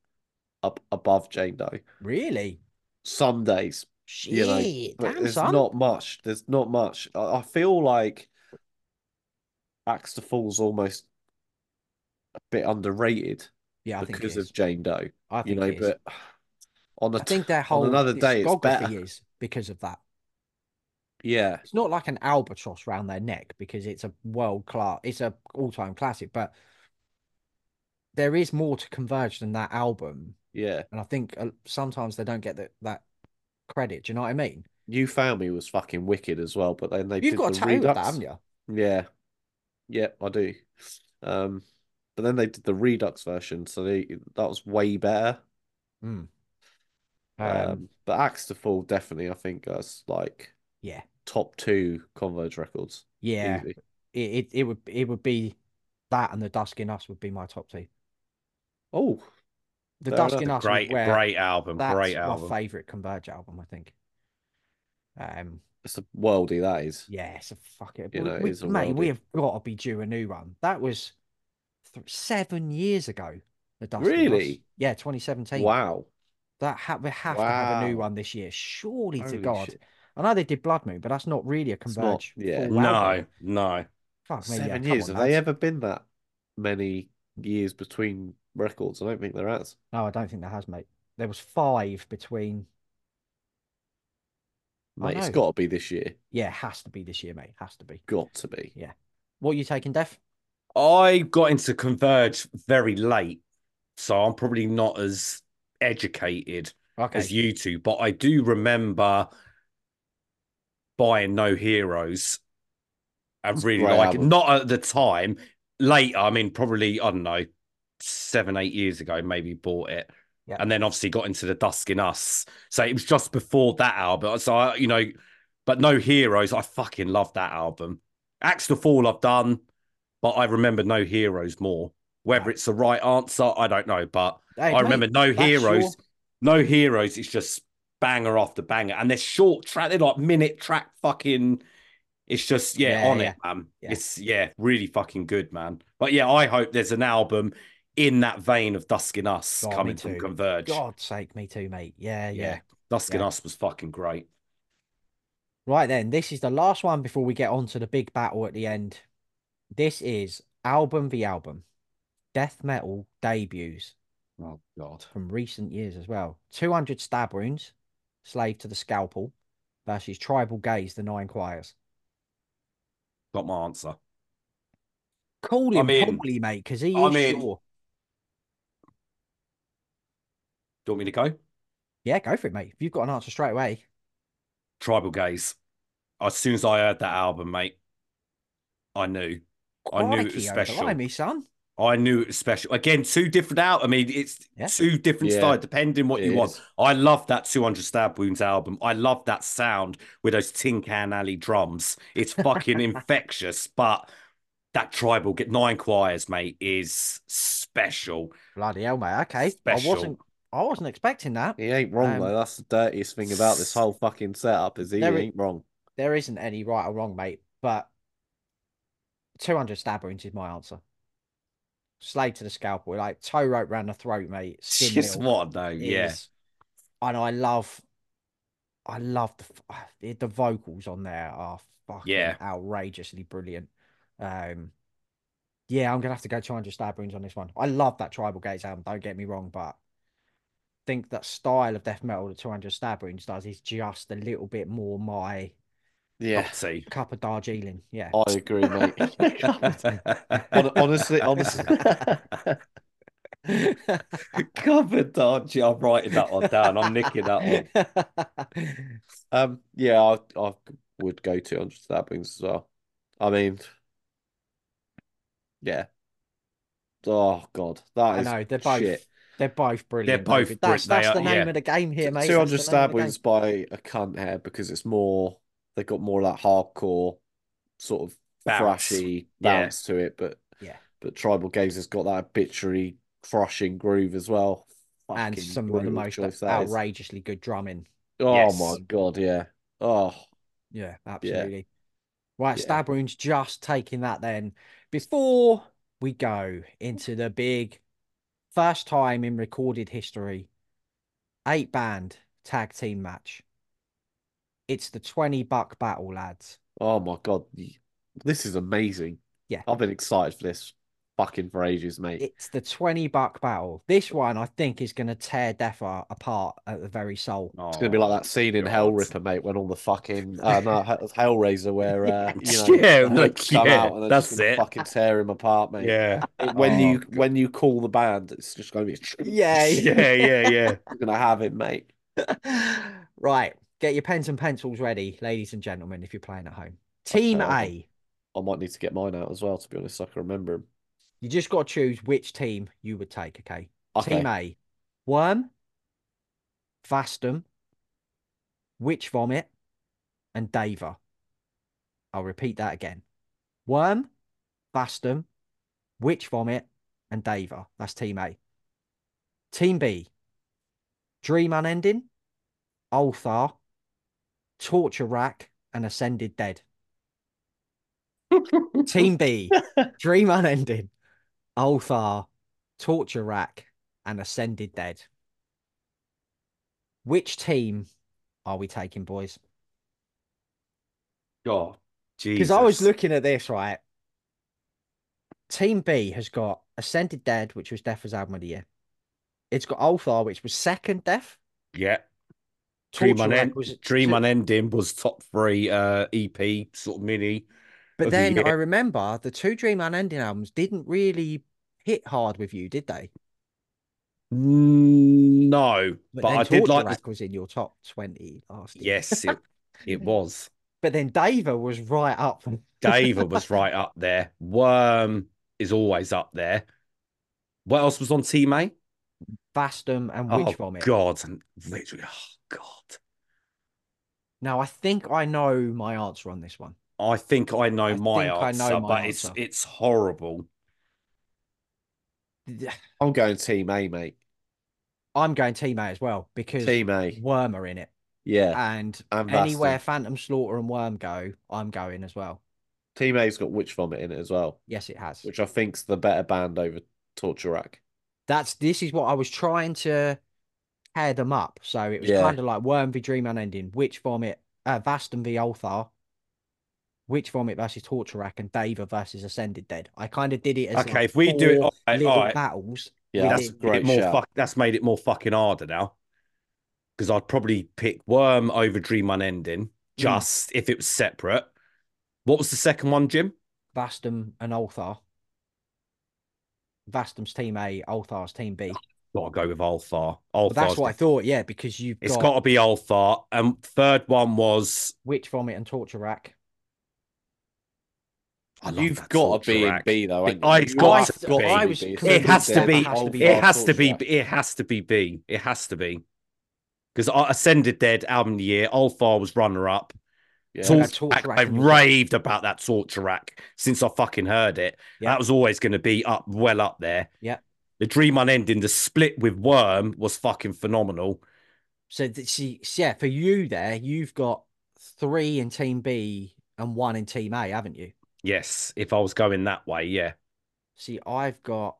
up above Jane Doe. Really? Some days, Shit. you know, but damn there's son. not much. There's not much. I, I feel like Axe to Fall's almost a bit underrated yeah, I think it because is. of Jane Doe. I You think know, it is. but on a I think their whole another day it's discography better. is because of that. yeah, It's not like an albatross round their neck because it's a world class, it's a all time classic, but there is more to Converge than that album, yeah. and I think uh, sometimes they don't get that that credit. Do you know what I mean? You Found Me was fucking wicked as well, but then they You've did got the a tattoo of that, Redux. haven't you? Yeah. Yeah, I do. Um, but then they did the Redux version, so they that was way better. Mm. Um, Um, but Axe to Fall definitely, I think, that's like yeah, top two Converge records. yeah. Easy. It, it it would it would be that and the Dusk in Us would be my top two. Oh, The Fair Dusk enough. in Us Great, is where great album, that's great my album. favorite Converge album, I think. Um, it's a worldie that is. Yeah, it's a fuck it. You we, know, it we- is a mate, we worldie. have got to be due a new one. That was th- seven years ago. The Dust in Us. Really? Yeah, 2017. Wow. That ha- we have to have a new Wow. one this year, surely to Holy God. shit. I know they did Blood Moon, but that's not really a It's not, converge. yeah. full No, album. no. fuck me. yeah, Seven come years. on, Have they lads. ever been that many years between records? I don't think there has. No, I don't think there has, mate. There was five between. I Mate, it's know. got to be this year. Yeah, has to be this year, mate. Has to be. Got to be. What are you taking, Def? I got into Converge very late, so I'm probably not as educated Okay. as you two, but I do remember buying No Heroes. I It's a really great like it. album. Not at the time. Later, I mean, probably, I don't know, seven, eight years ago, maybe bought it. Yeah. And then obviously got into the Dusk in Us. So it was just before that album. So, I, you know, but No Heroes, I fucking love that album. Axe to Fall, I've done, but I remember No Heroes more. Whether Right. it's the right answer, I don't know. But Hey, I mate, remember No that's Heroes. your- No heroes. It's just banger after banger, and they're short track. They're like minute track. Fucking, it's just yeah, Yeah, on yeah. it, man. Yeah. It's yeah, really fucking good, man. But yeah, I hope there's an album in that vein of Dusk in Us God, me coming from too. Converge. God's sake, me too, mate. Yeah, yeah. Dusk in yeah. Us was fucking great. Right then, this is the last one before we get on to the big battle at the end. This is album v album, death metal debuts Oh god. from recent years as well. 200 stab wounds, slave to the scalpel versus tribal gaze, the nine choirs. Got my answer. Call I him mean- Paulie, mate, because he is I mean- sure. Do you want me to go? Yeah, go for it, mate. If you've got an answer straight away, Tribal Gaze. As soon as I heard that album, mate, I knew. I knew it was Crikey, oh, special. Blimey, son. I knew it was special. Again, two different out. I mean, it's Yeah. two different Yeah. styles depending what It you want. is. I love that 200 Stab Wounds album. I love that sound with those Tin Can Alley drums. It's fucking infectious. But that tribal get nine choirs, mate, is special. Bloody hell, mate. Okay, Special. I wasn't. I wasn't expecting that. He ain't wrong Um, though. That's the dirtiest thing about this whole fucking setup is he There i- ain't wrong. There isn't any right or wrong, mate, but 200 stab wounds is my answer. Slade to the scalpel, like toe rope round the throat, mate. Skin Just milk what though, yeah. is- And I love, I love the f- ah, the the vocals on there are fucking Yeah. outrageously brilliant. Um, yeah, I'm gonna have to go 200 stab wounds on this one. I love that Tribal Gates album. Don't get me wrong, but think that style of death metal that 200 stab wounds does is just a little bit more my Yeah, See. Cup of Darjeeling. Yeah. I agree, mate. Hon- honestly, honestly, Covered Darcy. I'm writing that one down. I'm nicking that one. um, yeah, I, I would go 200 stabbings as well. I mean, yeah. Oh God, I that know they're is both shit. they're both brilliant. both David. bri- That's they that's are- the name yeah. of the game here, mate. Two hundred That's the name of the stabbings by a cunt hair because it's more. They got more of that hardcore sort of Bounce. thrashy Yeah. bounce to it, but Yeah. but Tribal Gaze has got that bitchery crushing groove as well. game. and Fucking some of the brutal most choice that is. outrageously good drumming. Oh Yes. my god, yeah. Oh Yeah, absolutely. Right, Yeah. Stab Wounds just taking that then. Before we go into the big first time in recorded history, eight band tag team match. It's the 20 buck battle, lads. oh my god. y- This is amazing. Yeah. I've been excited for this fucking for ages, mate. It's the 20 buck battle. This one, I think, is going to tear Defa apart at the very soul. It's gonna be like that scene in God. Hell Ripper, mate, when all the fucking uh, no, Hell- Hellraiser, where uh, you know, Yeah, the like, hooks come yeah, out and they're that's just gonna it. Fucking tear him apart, mate. Yeah. It- when Oh, you God. when you call the band, it's just gonna be Yeah. Yeah, yeah, yeah. You're gonna have it, mate. right. Get your pens and pencils ready, ladies and gentlemen, if you're playing at home. Team Okay, I'll- A, I might need to get mine out as well, to be honest, so I can remember him. you just got to choose which team you would take, okay? Okay. Team A, Worm, Vastum, Witch Vomit, and Dava. I'll repeat that again. Worm, Vastum, Witch Vomit, and Dava. That's Team A. Team B, Dream Unending, Ulthar, Torture Rack, and Ascended Dead. Team B, Dream Unending, Ulthar, Torture Rack, and Ascended Dead. Which team are we taking, boys? God. Jesus. Because I was looking at this, right? Team B has got Ascended Dead, which was Death's album of the year. It's got Ulthar, which was second Death. Yeah. Torture Dream, Unend- Rack was Dream two- Unending was top three uh, EP, sort of mini. But of the then I year. remember the two Dream Unending albums didn't really hit hard with you, did they? Mm, No, But, but, then I did Torture like. The- Rack was in your top 20 last year. yes, it, it was. But then Dava was right up. Dava was right up there. Worm is always up there. What else was on Team A? Vastum and Oh, Witch Vomit. God, and literally, oh God. Now I think I know my answer on this one. I think I know I my think I answer, know my but answer. it's it's horrible. I'm going Team A, mate. I'm going Team A as well because Team A. Worm are in it, uh, Yeah. and And anywhere anywhere. Phantom Slaughter and Worm go, I'm going as well. Team A's got Witch Vomit in it as well, Yes, it has. which I think's the better band over Torture Rack. That's this is what I was trying to pair them up. So it was Yeah. kind of like Worm v Dream Unending, Witch Vomit, uh, Vastum v Ulthar, Witch Vomit versus Torture Rack, and Dava versus Ascended Dead. I kind of did it as like, Okay, if we do it, four all right, little all right. battles. Yeah, We that's a did. Made it great more shout. fuck, that's made it more fucking harder now. Because I'd probably pick Worm over Dream Hmm. Unending, just if it was separate. What was the second one, Jim? Vastum and Ulthar. Vastum's team A, Ulthar's team B. Gotta go with Ulthar. Well, Ulthar's that's what I the- thought, yeah, because you've It's got, got to be Ulthar. And third one was Witch Vomit and Torture Rack. I love You've that got torture to be in rack. B though. ain't Oh, it's you? got You've to got be. I was B. It has to be. be It has to Torture be. Rack. It has to be B. It has to be. Because Ascended Dead album of the year, Ulthar was runner up. Yeah. Tor- Torture that torture rack, rack I in your top. raved about that torture rack since I fucking heard it. Yeah. That was always going to be up, well up there. Yeah. The dream unending, the split with Worm was fucking phenomenal. So th- see, s- yeah, for you there, you've got three in team B and one in team A, haven't you? Yes, if I was going that way, yeah. See, I've got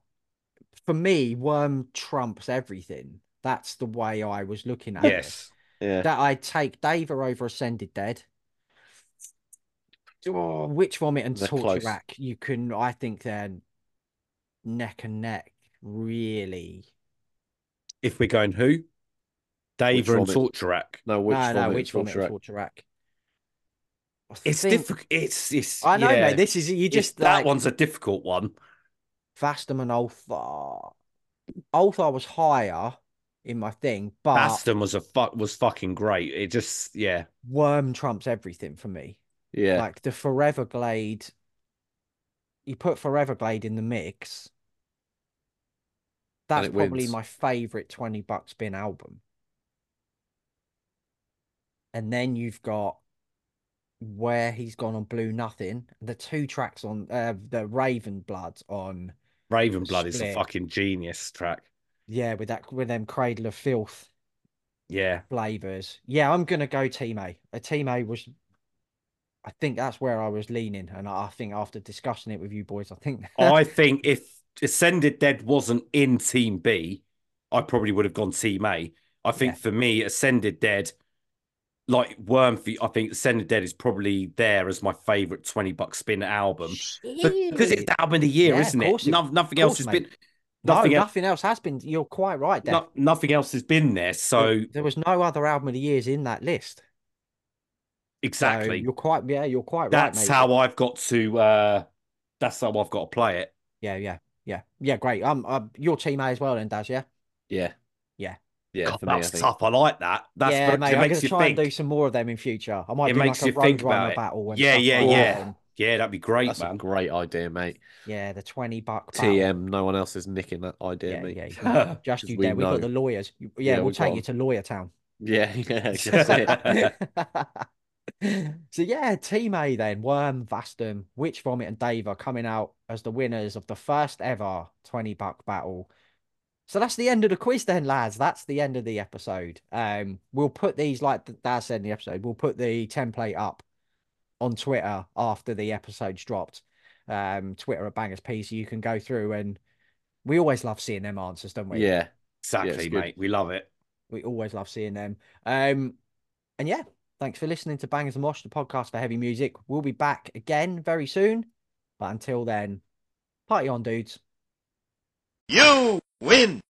for me, Worm trumps everything. That's the way I was looking at it. Yes. Yeah. That I take Dava over Ascended Dead. Oh, Witch Vomit and They're Torture close. Rack, you can, I think they're neck and neck, really. If we're going who? Dava and Vomit? torture rack. No, which no, one? no, Witch Vomit Torture and Rack. Torture Rack. It's think- difficult. It's, it's I know, yeah. mate. This is you It's- just that like, one's a difficult one. Vastam and Ulthar. Ulthar was higher in my thing, but Baston was a fuck was fucking great. It just yeah. Worm trumps everything for me. Yeah. Like the Forever Glade, you put Forever Glade in the mix. That's it probably wins. my favorite 20 bucks bin album. And then you've got where he's gone on Blue Nothing, the two tracks on uh, the Raven Blood on Raven Blood is a Split. fucking genius track. yeah with that with them Cradle of Filth Yeah. flavors. Yeah, I'm gonna go Team A. A Team A was, I think that's where I was leaning, and I I think after discussing it with you boys, I think I think if Ascended Dead wasn't in Team B, I probably would have gone Team A. I think Yeah. for me, Ascended Dead, like Worm, Fe- I think Ascended Dead is probably there as my favorite 20 buck spin album. But- Because it's the album of the year, Yeah, of isn't it? course it- No- nothing of else course, has mate. been no, nothing nothing, else, else has been. You're quite right. Def. no- nothing else has been there. So There- there was no other album of the years in that list. So exactly. you're quite yeah, you're quite that's right, mate. how I've got to uh that's how I've got to play it. Yeah, yeah, yeah, yeah. Great. Um, um your team A as well, then, Daz. Yeah, Yeah. Yeah. Yeah. God, for me, I that's think. tough. I like that. That's yeah, very- mate. it I'm makes gonna you try think. and do some more of them in future. I might It do makes like a you think about Roadrunner it. battle. and Yeah, stuff yeah, like that, yeah. and- Yeah, that'd be great, That's a man. great idea, mate. yeah. The twenty buck battle. TM, no one else is nicking that idea, Yeah, mate. yeah, yeah, Just 'Cause you we there. We've got know. the lawyers. You- Yeah, Yeah, we'll we've got take you to lawyer town. Yeah, yeah, that's it. so yeah, Team A then, Worm, Vastum, Witch Vomit, and Dave are coming out as the winners of the first ever 20 buck battle. So that's the end of the quiz then, lads. That's the end of the episode. Um, we'll put these like th- Dad said in the episode, we'll put the template up on Twitter after the episode's dropped. Um, Twitter at Bangers P, so you can go through and we always love seeing them answers, don't we? Yeah. exactly, good. mate. We love it. We always love seeing them. Um, and yeah, thanks for listening to Bangers and Wash, the podcast for heavy music. We'll be back again very soon. But until then, party on, dudes. You win!